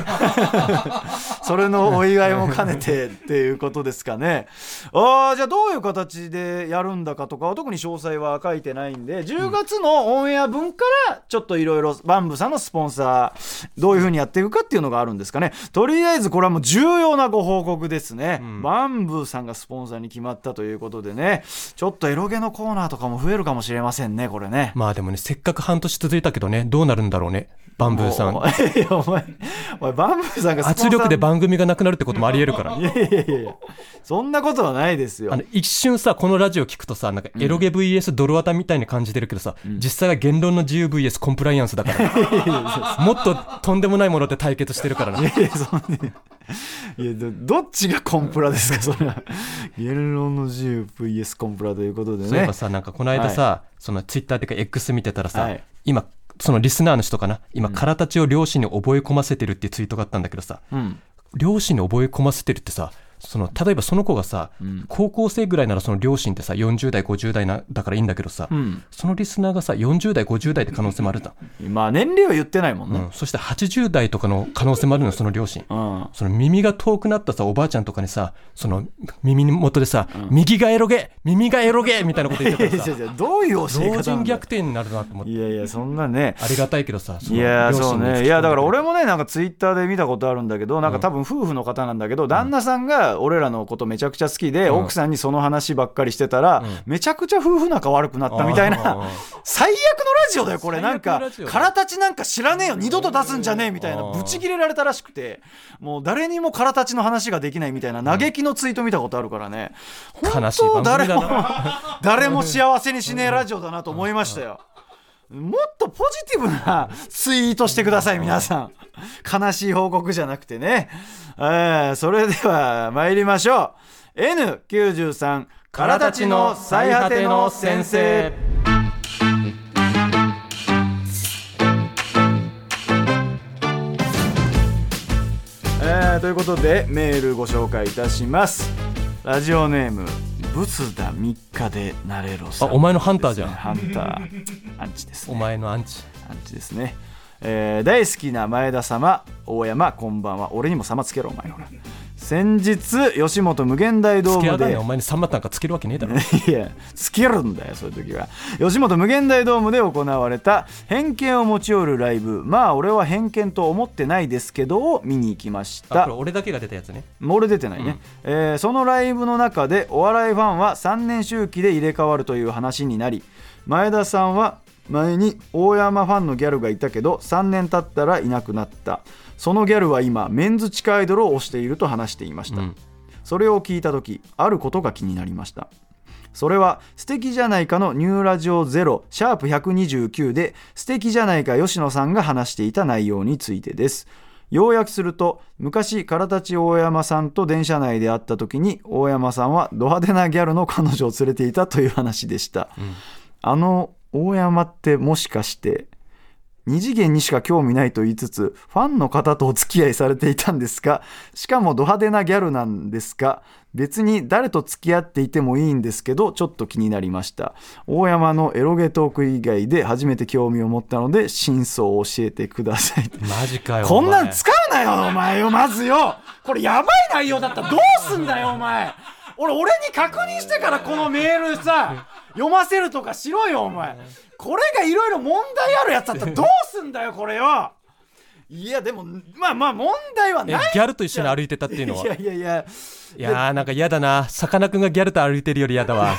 [SPEAKER 2] それのお祝いも兼ねてっていうことですかね。あーじゃあどういう形でやるんだかとかは特に詳細は書いてないんで10月のオンエア分からちょっといろいろバンブさんのスポンサーどういうふうにやっていくかっていうのがあるんですかねとりあえずこれはもう重要なご報告ですね、
[SPEAKER 3] うん
[SPEAKER 2] バンブさんがスポンサーに決まったということでねちょっとエロゲのコーナーとかも増えるかもしれませんねこれね。
[SPEAKER 3] まあでもねせっかく半年続いたけどね、どうなるんだろうね、バンブーさん。
[SPEAKER 2] ん。いや、お前、お前バンブーさんがスポンサー
[SPEAKER 3] 圧力で番組がなくなるってこともありえるから
[SPEAKER 2] い。やいやいやいや、そんなことはないですよ
[SPEAKER 3] あ。の一瞬さこのラジオ聞くとさなんかエロゲ VS ドルワタみたいに感じてるけどさ、実際は言論の自由 VS コンプライアンスだからもっととんでもないもので対決してるからない
[SPEAKER 2] やいやそんないやどどっちがコンプラですかそれは言論の自由 VS コンプラということでね
[SPEAKER 3] そういえばさなんかこの間さ、そのツイッターっていうか X 見てたらさ、
[SPEAKER 2] はい
[SPEAKER 3] 今そのリスナーの人かな今空たちを両親に覚え込ませてるっていうツイートがあったんだけどさ、
[SPEAKER 2] ん
[SPEAKER 3] 両親に覚え込ませてるってさその例えばその子がさ、高校生ぐらいならその両親ってさ40代50代なだからいいんだけどさ、
[SPEAKER 2] ん
[SPEAKER 3] そのリスナーがさ40代50代って可能性もあるんだ、
[SPEAKER 2] まあ年齢は言ってないもん
[SPEAKER 3] う
[SPEAKER 2] ね、
[SPEAKER 3] ん、そして80代とかの可能性もあるのその両親、
[SPEAKER 2] うん
[SPEAKER 3] その耳が遠くなったさおばあちゃんとかにさその耳元でさ、右がエロゲ耳がエロゲみたいなこと言って
[SPEAKER 2] い
[SPEAKER 3] たら
[SPEAKER 2] やい
[SPEAKER 3] さ
[SPEAKER 2] やいやどういう教え方
[SPEAKER 3] 老
[SPEAKER 2] なん
[SPEAKER 3] 人
[SPEAKER 2] だ
[SPEAKER 3] 虐
[SPEAKER 2] よ
[SPEAKER 3] 転になるなと思って
[SPEAKER 2] いやいやそんなね
[SPEAKER 3] ありがたいけどさそ
[SPEAKER 2] い
[SPEAKER 3] の
[SPEAKER 2] やー
[SPEAKER 3] 両
[SPEAKER 2] そう
[SPEAKER 3] 親に突き込んでく
[SPEAKER 2] ね
[SPEAKER 3] る
[SPEAKER 2] いやだから俺もねなんかツイッターで見たことあるんだけどなんか多分夫婦の方なんだけど、旦那さんが俺らのことめちゃくちゃ好きで、奥さんにその話ばっかりしてたら、めちゃくちゃ夫婦仲悪くなったみたい
[SPEAKER 3] あ
[SPEAKER 2] な
[SPEAKER 3] ー
[SPEAKER 2] 最悪のラジオだよこれなん
[SPEAKER 3] 最
[SPEAKER 2] か
[SPEAKER 3] 悪のラジオだ
[SPEAKER 2] 空立ちなんか知らねえよ二度と出すんじゃねえみたいな
[SPEAKER 3] あー
[SPEAKER 2] ブチ切れられたらしくてもう誰にも空立ちの話ができないみたいな嘆きのツイート見たことあるからね、本
[SPEAKER 3] 悲しい番
[SPEAKER 2] 当
[SPEAKER 3] 組だ
[SPEAKER 2] 誰
[SPEAKER 3] な
[SPEAKER 2] も誰も幸せにしねえラジオだなと思いましたよ。もっとポジティブなツイートしてください、皆さん。悲しい報告じゃなくてね。えーそれでは参りましょう。N93、からたちの最果ての先生。えーということでメールご紹介いたしますラジオネーム仏田3日でなれろさん
[SPEAKER 3] あお前のハンターじゃん
[SPEAKER 2] ですねハンターアンチです
[SPEAKER 3] お
[SPEAKER 2] ね
[SPEAKER 3] 前のアンチ
[SPEAKER 2] アンチですね、えー大好きな前田様大山こんばんは俺にも様つけろお前ほら先日吉本無限大ド
[SPEAKER 3] 付き合
[SPEAKER 2] ーム
[SPEAKER 3] わない
[SPEAKER 2] で
[SPEAKER 3] お前にサンマなんかつけるわけねえだろ
[SPEAKER 2] いやつけるんだよそういう時は吉本無限大ドームで行われた偏見を持ち寄るライブまあ俺は偏見と思ってないですけどを見に行きまし
[SPEAKER 3] あ
[SPEAKER 2] た
[SPEAKER 3] これ俺だけが出たやつね
[SPEAKER 2] もう俺出てないね、えーそのライブの中でお笑いファンは3年周期で入れ替わるという話になり前田さんは前に大山ファンのギャルがいたけど3年経ったらいなくなったそのギャルは今メンズ地下アイドルを推していると話していました、
[SPEAKER 3] うん
[SPEAKER 2] それを聞いた時あることが気になりましたそれは「素敵じゃないか」のニューラジオゼロシャープ129で「素敵じゃないか」吉野さんが話していた内容についてです要約すると昔唐立大山さんと電車内で会った時に大山さんはド派手なギャルの彼女を連れていたという話でした、あの大山ってもしかして二次元にしか興味ないと言いつつ、ファンの方とお付き合いされていたんですかしかもド派手なギャルなんですか別に誰と付き合っていてもいいんですけど、ちょっと気になりました。大山のエロゲトーク以外で初めて興味を持ったので、真相を教えてください。
[SPEAKER 3] マジかよ
[SPEAKER 2] こんな
[SPEAKER 3] お
[SPEAKER 2] ん
[SPEAKER 3] 前
[SPEAKER 2] 使うなよ、お前よ、まずよ。これやばい内容だったらどうすんだよ、お前。俺、俺に確認してからこのメールさ、読ませるとかしろよ、お前。これがいろいろ問題あるやつだったらどうすんだよ、これよ。いや、でも、まあまあ、問題は
[SPEAKER 3] え
[SPEAKER 2] ない。
[SPEAKER 3] ギャルと一緒に歩いてたっていうのはい
[SPEAKER 2] やいやいや、
[SPEAKER 3] いやーなんか嫌だなさかなクンがギャルと歩いてるより嫌だわ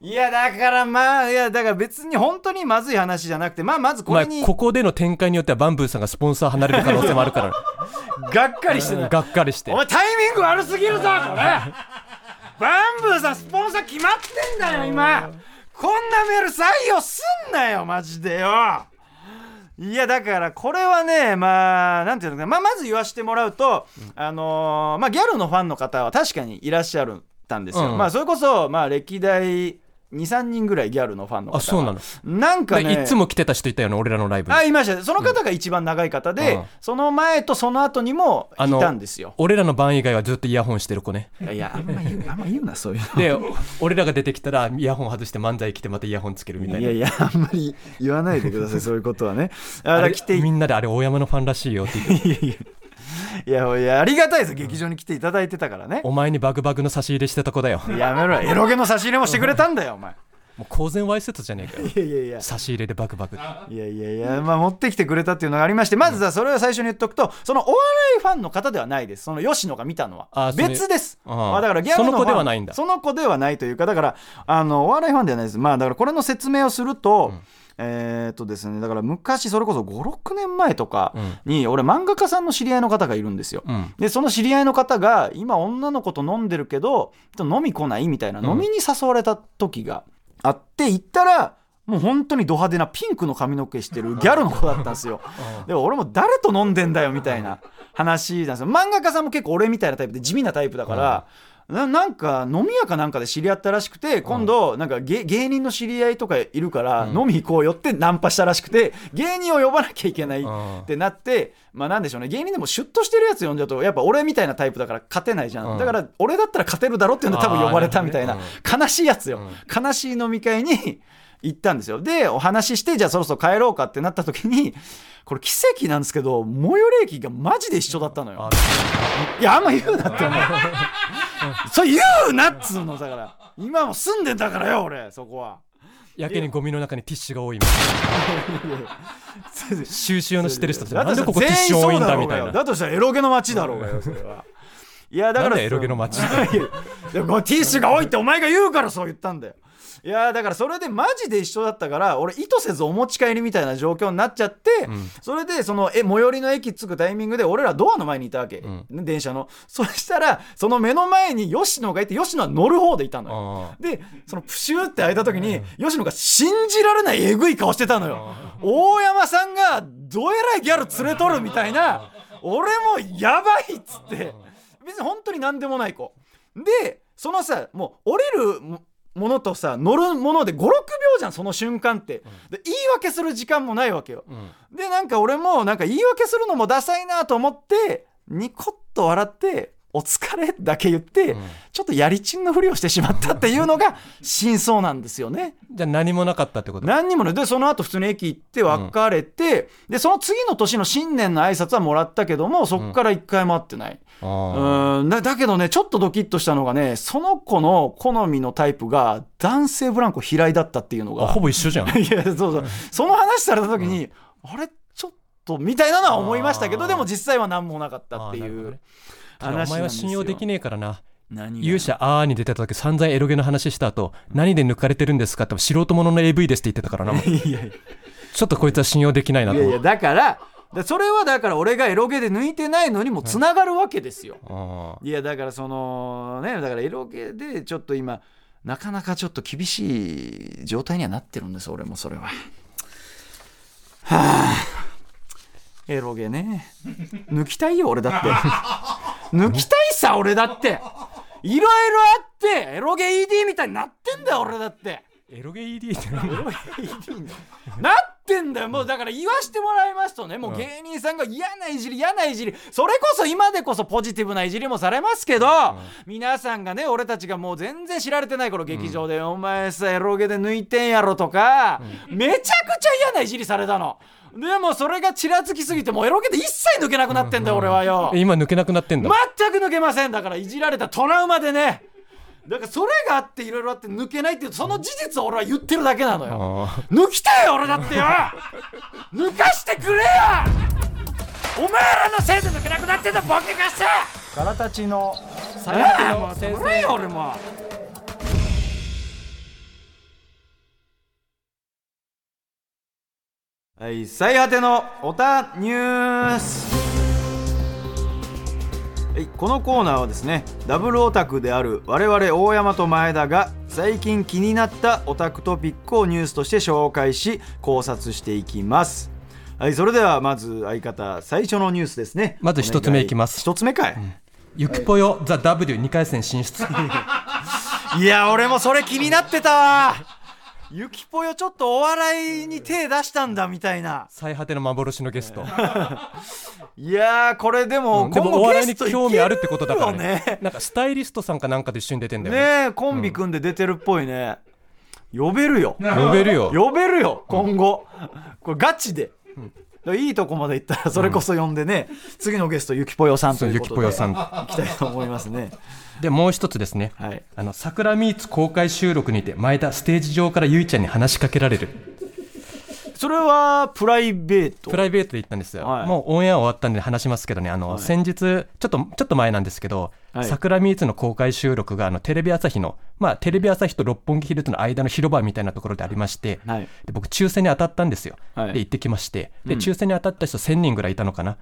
[SPEAKER 2] いや、だからまあ、いや、だから別に本当にまずい話じゃなくて、まあ、まず
[SPEAKER 3] お
[SPEAKER 2] これ
[SPEAKER 3] 前
[SPEAKER 2] に
[SPEAKER 3] ここでの展開によってはバンブーさんがスポンサー離れる可能性もあ るから
[SPEAKER 2] がっかりしてない。
[SPEAKER 3] がっかりして
[SPEAKER 2] お前タイミング悪す ぎるぞこれバンブーさんスポンサー決まってんだよ今こんなメール採用すんなよマジでよいやだからこれはねまあなんていうのかな、まあ、まず言わしてもらうと、あのーまあギャルのファンの方は確かにいらっしゃるたんですよ、
[SPEAKER 3] うん
[SPEAKER 2] まあそれこそまあ歴代23人ぐらいギャルのファンの方
[SPEAKER 3] あそうなの
[SPEAKER 2] のなんかね
[SPEAKER 3] でいつも来てた人いたよね俺らのライブに
[SPEAKER 2] あいましたその方が一番長い方で、
[SPEAKER 3] うん
[SPEAKER 2] その前とその後にもいたんですよ
[SPEAKER 3] 俺らの番以外はずっとイヤホンしてる子ね
[SPEAKER 2] いや、あんま 言う、あんま言うな、そういう
[SPEAKER 3] で俺らが出てきたらイヤホン外して漫才来てまたイヤホンつけるみた
[SPEAKER 2] の。
[SPEAKER 3] い
[SPEAKER 2] い
[SPEAKER 3] な
[SPEAKER 2] やいや、あんまり言わないでくだ さい、そういうことはね。あだ
[SPEAKER 3] あ
[SPEAKER 2] か
[SPEAKER 3] れ
[SPEAKER 2] ら来てい
[SPEAKER 3] みんなであれ大山のファンらしいよって言って
[SPEAKER 2] いや、いや、ありがたいです、劇場に来ていただいてたからね。
[SPEAKER 3] お前にバグバグの差し入れしてた子だよ
[SPEAKER 2] やめろ、エロゲの差し入れもしてくれたんだよ、お前。
[SPEAKER 3] もう公然わいせつじゃねえかよ
[SPEAKER 2] いやいやいや
[SPEAKER 3] 差し入れでバクバク
[SPEAKER 2] いやいやいや、まあ、持ってきてくれたっていうのがありましてまずさそれを最初に言っとくとそのお笑いファンの方ではないですその吉野が見たのは
[SPEAKER 3] あそれ
[SPEAKER 2] 別です
[SPEAKER 3] ああ
[SPEAKER 2] あだからギャグのファン
[SPEAKER 3] その子ではないんだ
[SPEAKER 2] その子ではないというかだからあのお笑いファンではないですまあだからこれの説明をすると、えーっとですね、だから昔それこそ56年前とかに俺漫画家さんの知り合いの方がいるんですよ、
[SPEAKER 3] うん
[SPEAKER 2] でその知り合いの方が今女の子と飲んでるけどちょっと飲み来ないみたいな飲みに誘われた時があって行ったらもう本当にド派手なピンクの髪の毛して るギャルの子だったんですよ。で俺も誰と飲んでんだよみたいな話なんですよ。漫画家さんも結構俺みたいなタイプで地味なタイプだから、ななんか飲み屋かなんかで知り合ったらしくて今度なんか芸芸人の知り合いとかいるから飲み行こうよってナンパしたらしくて芸人を呼ばなきゃいけないってなってまあなんでしょうね芸人でもシュッとしてるやつ呼んじゃうとやっぱ俺みたいなタイプだから勝てないじゃん、
[SPEAKER 3] うん
[SPEAKER 2] だから俺だったら勝てるだろっていうので多分呼ばれたみたいな
[SPEAKER 3] あーなる
[SPEAKER 2] 悲しいやつよ、悲しい飲み会に 行ったんですよでお話ししてじゃあそろそろ帰ろうかってなった時にこれ奇跡なんですけど最寄り駅がマジで一緒だったのよ
[SPEAKER 3] あ
[SPEAKER 2] いやあんま言うなって思うそれ言うなっつうのだから今も住んでんだからよ俺そこは
[SPEAKER 3] やけにゴミの中にティッシュが多いみたいな収集の知ってる人たちなんでここティッシュ多いんだみたい
[SPEAKER 2] だ
[SPEAKER 3] な
[SPEAKER 2] としたらエロゲの街だろうがよそれ はいやだか
[SPEAKER 3] なん
[SPEAKER 2] ら
[SPEAKER 3] でエロゲの街
[SPEAKER 2] いやでもこれティッシュが多いってお前が言うからそう言ったんだよいやだからそれでマジで一緒だったから俺意図せずお持ち帰りみたいな状況になっちゃって、それでそのえ最寄りの駅着くタイミングで俺らドアの前にいたわけ、
[SPEAKER 3] ん
[SPEAKER 2] ね電車のそしたらその目の前に吉野がいて吉野は乗る方でいたのよ
[SPEAKER 3] あ
[SPEAKER 2] でそのプシューって開いた時に、吉野が信じられないえぐい顔してたのよ、大山さんがどえらいギャル連れとるみたいな、俺もやばいっつって、別に本当に何でもない子でそのさもう降りるもものとさ乗るもので56秒じゃんその瞬間って、で言い訳する時間もないわけよ、
[SPEAKER 3] ーうん
[SPEAKER 2] でなんか俺もなんか言い訳するのもダサいなと思ってニコッと笑って「お疲れ」だけ言って、
[SPEAKER 3] うん
[SPEAKER 2] ちょっとやりちんのふりをしてしまったっていうのが真相なんですよね。
[SPEAKER 3] じゃあ何もなかったってこと
[SPEAKER 2] 何にもねでその後普通に駅行って別れて、でその次の年の新年の挨拶はもらったけどもそっから一回も会ってない、
[SPEAKER 3] あ
[SPEAKER 2] う
[SPEAKER 3] ー
[SPEAKER 2] ーんだだけどねちょっとドキッとしたのがねその子の好みのタイプが男性ブランコ平井だったっていうのが
[SPEAKER 3] あほぼ一緒じゃん
[SPEAKER 2] いやそうそうその話された時に、あれちょっとみたいなのは思いましたけど
[SPEAKER 3] あー
[SPEAKER 2] でも実際は何もなかった
[SPEAKER 3] あ
[SPEAKER 2] って
[SPEAKER 3] ーな
[SPEAKER 2] い
[SPEAKER 3] るほど
[SPEAKER 2] う
[SPEAKER 3] ねただお
[SPEAKER 2] 話なん
[SPEAKER 3] 前は
[SPEAKER 2] ですよ
[SPEAKER 3] 信用できねえからな
[SPEAKER 2] 何が
[SPEAKER 3] 勇者あーに出てた時散々エロゲの話した後何で抜かれてるんですかって素人ものの AV ですって言ってたからなもう
[SPEAKER 2] いやいや
[SPEAKER 3] ちょっとこいつは信用できないないと
[SPEAKER 2] やい
[SPEAKER 3] 思
[SPEAKER 2] や
[SPEAKER 3] う
[SPEAKER 2] だからだそれはだから俺がエロゲで抜いてないのにもつながるわけですよ、
[SPEAKER 3] あ
[SPEAKER 2] いやだからそのねだからエロゲでちょっと今なかなかちょっと厳しい状態にはなってるんです俺もそれははあエロゲね抜きたいよ俺だって抜きたいさ俺だっていろいろあってエロゲ ED みたいになってんだよ俺だって
[SPEAKER 3] ーエロゲ ED って何
[SPEAKER 2] なってんだよもうだから言わしてもらいますとねもう芸人さんが嫌ないじり嫌ないじりそれこそ今でこそポジティブないじりもされますけど皆さんがね俺たちがもう全然知られてない頃劇場で「お前さエロゲで抜いてんやろ」とかめちゃくちゃ嫌ないじりされたのでもそれがちらつきすぎてもうエロゲで一切抜けなくなってんだよ俺はよ
[SPEAKER 3] え今抜けなくなってんだ
[SPEAKER 2] 全く抜けませんだからいじられたトラウマでねだからそれがあっていろいろあって抜けないっていうその事実を俺は言ってるだけなのよ
[SPEAKER 3] あ
[SPEAKER 2] 抜きたいよ俺だってよ抜かしてくれよお前らのせいで抜けなくなってんだボケがさ
[SPEAKER 3] ガラたちの最
[SPEAKER 2] ああ
[SPEAKER 3] 悪
[SPEAKER 2] も
[SPEAKER 3] の
[SPEAKER 2] う
[SPEAKER 3] 先
[SPEAKER 2] そ
[SPEAKER 3] 生
[SPEAKER 2] れよ俺もはい最果てのおたニュースはい、このコーナーはですねダブルオタクである我々大山と前田が最近気になったオタクトピックをニュースとして紹介し考察していきますはいそれではまず相方最初のニュースですね
[SPEAKER 3] まず一つ目いきます
[SPEAKER 2] お願一つ目かい、
[SPEAKER 3] ゆくぽよザ・ W2 回戦進出
[SPEAKER 2] いや俺もそれ気になってたわゆきぽよちょっとお笑いに手出したんだみたいな
[SPEAKER 3] 最果ての幻の ゲスト
[SPEAKER 2] いやーこれでも、
[SPEAKER 3] うんでもお
[SPEAKER 2] 今後
[SPEAKER 3] 笑い
[SPEAKER 2] ゲ
[SPEAKER 3] に
[SPEAKER 2] ストいけ
[SPEAKER 3] 興味あるってことだから
[SPEAKER 2] るよ
[SPEAKER 3] ね
[SPEAKER 2] ね
[SPEAKER 3] なんかスタイリストさんかなんかと一緒に出てんだよね
[SPEAKER 2] ねえコンビ組んで出てるっぽいね呼べるよ
[SPEAKER 3] 呼べるよ
[SPEAKER 2] 呼べるよ今後これガチでだからいいとこまで行ったらそれこそ呼んでね、次のゲストゆきぽよさんと
[SPEAKER 3] そう
[SPEAKER 2] い
[SPEAKER 3] ゆ
[SPEAKER 2] うこ
[SPEAKER 3] き
[SPEAKER 2] と
[SPEAKER 3] ぽ
[SPEAKER 2] で
[SPEAKER 3] よさん
[SPEAKER 2] 行きたいと思いますね
[SPEAKER 3] でもう一つですね、
[SPEAKER 2] はい
[SPEAKER 3] あの桜ミーツ公開収録にて前田ステージ上からゆいちゃんに話しかけられる
[SPEAKER 2] それはプライベート
[SPEAKER 3] プライベートで行ったんですよ、
[SPEAKER 2] はい
[SPEAKER 3] もうオンエア終わったんで話しますけどねあの、先日ちょっとちょっと前なんですけど、
[SPEAKER 2] はい
[SPEAKER 3] 桜ミーツの公開収録があのテレビ朝日のまあテレビ朝日と六本木ヒルズの間の広場みたいなところでありまして、
[SPEAKER 2] はい
[SPEAKER 3] で僕抽選に当たったんですよ、
[SPEAKER 2] はい
[SPEAKER 3] で行ってきましてで抽選に当たった人1000人ぐらいいたのかな、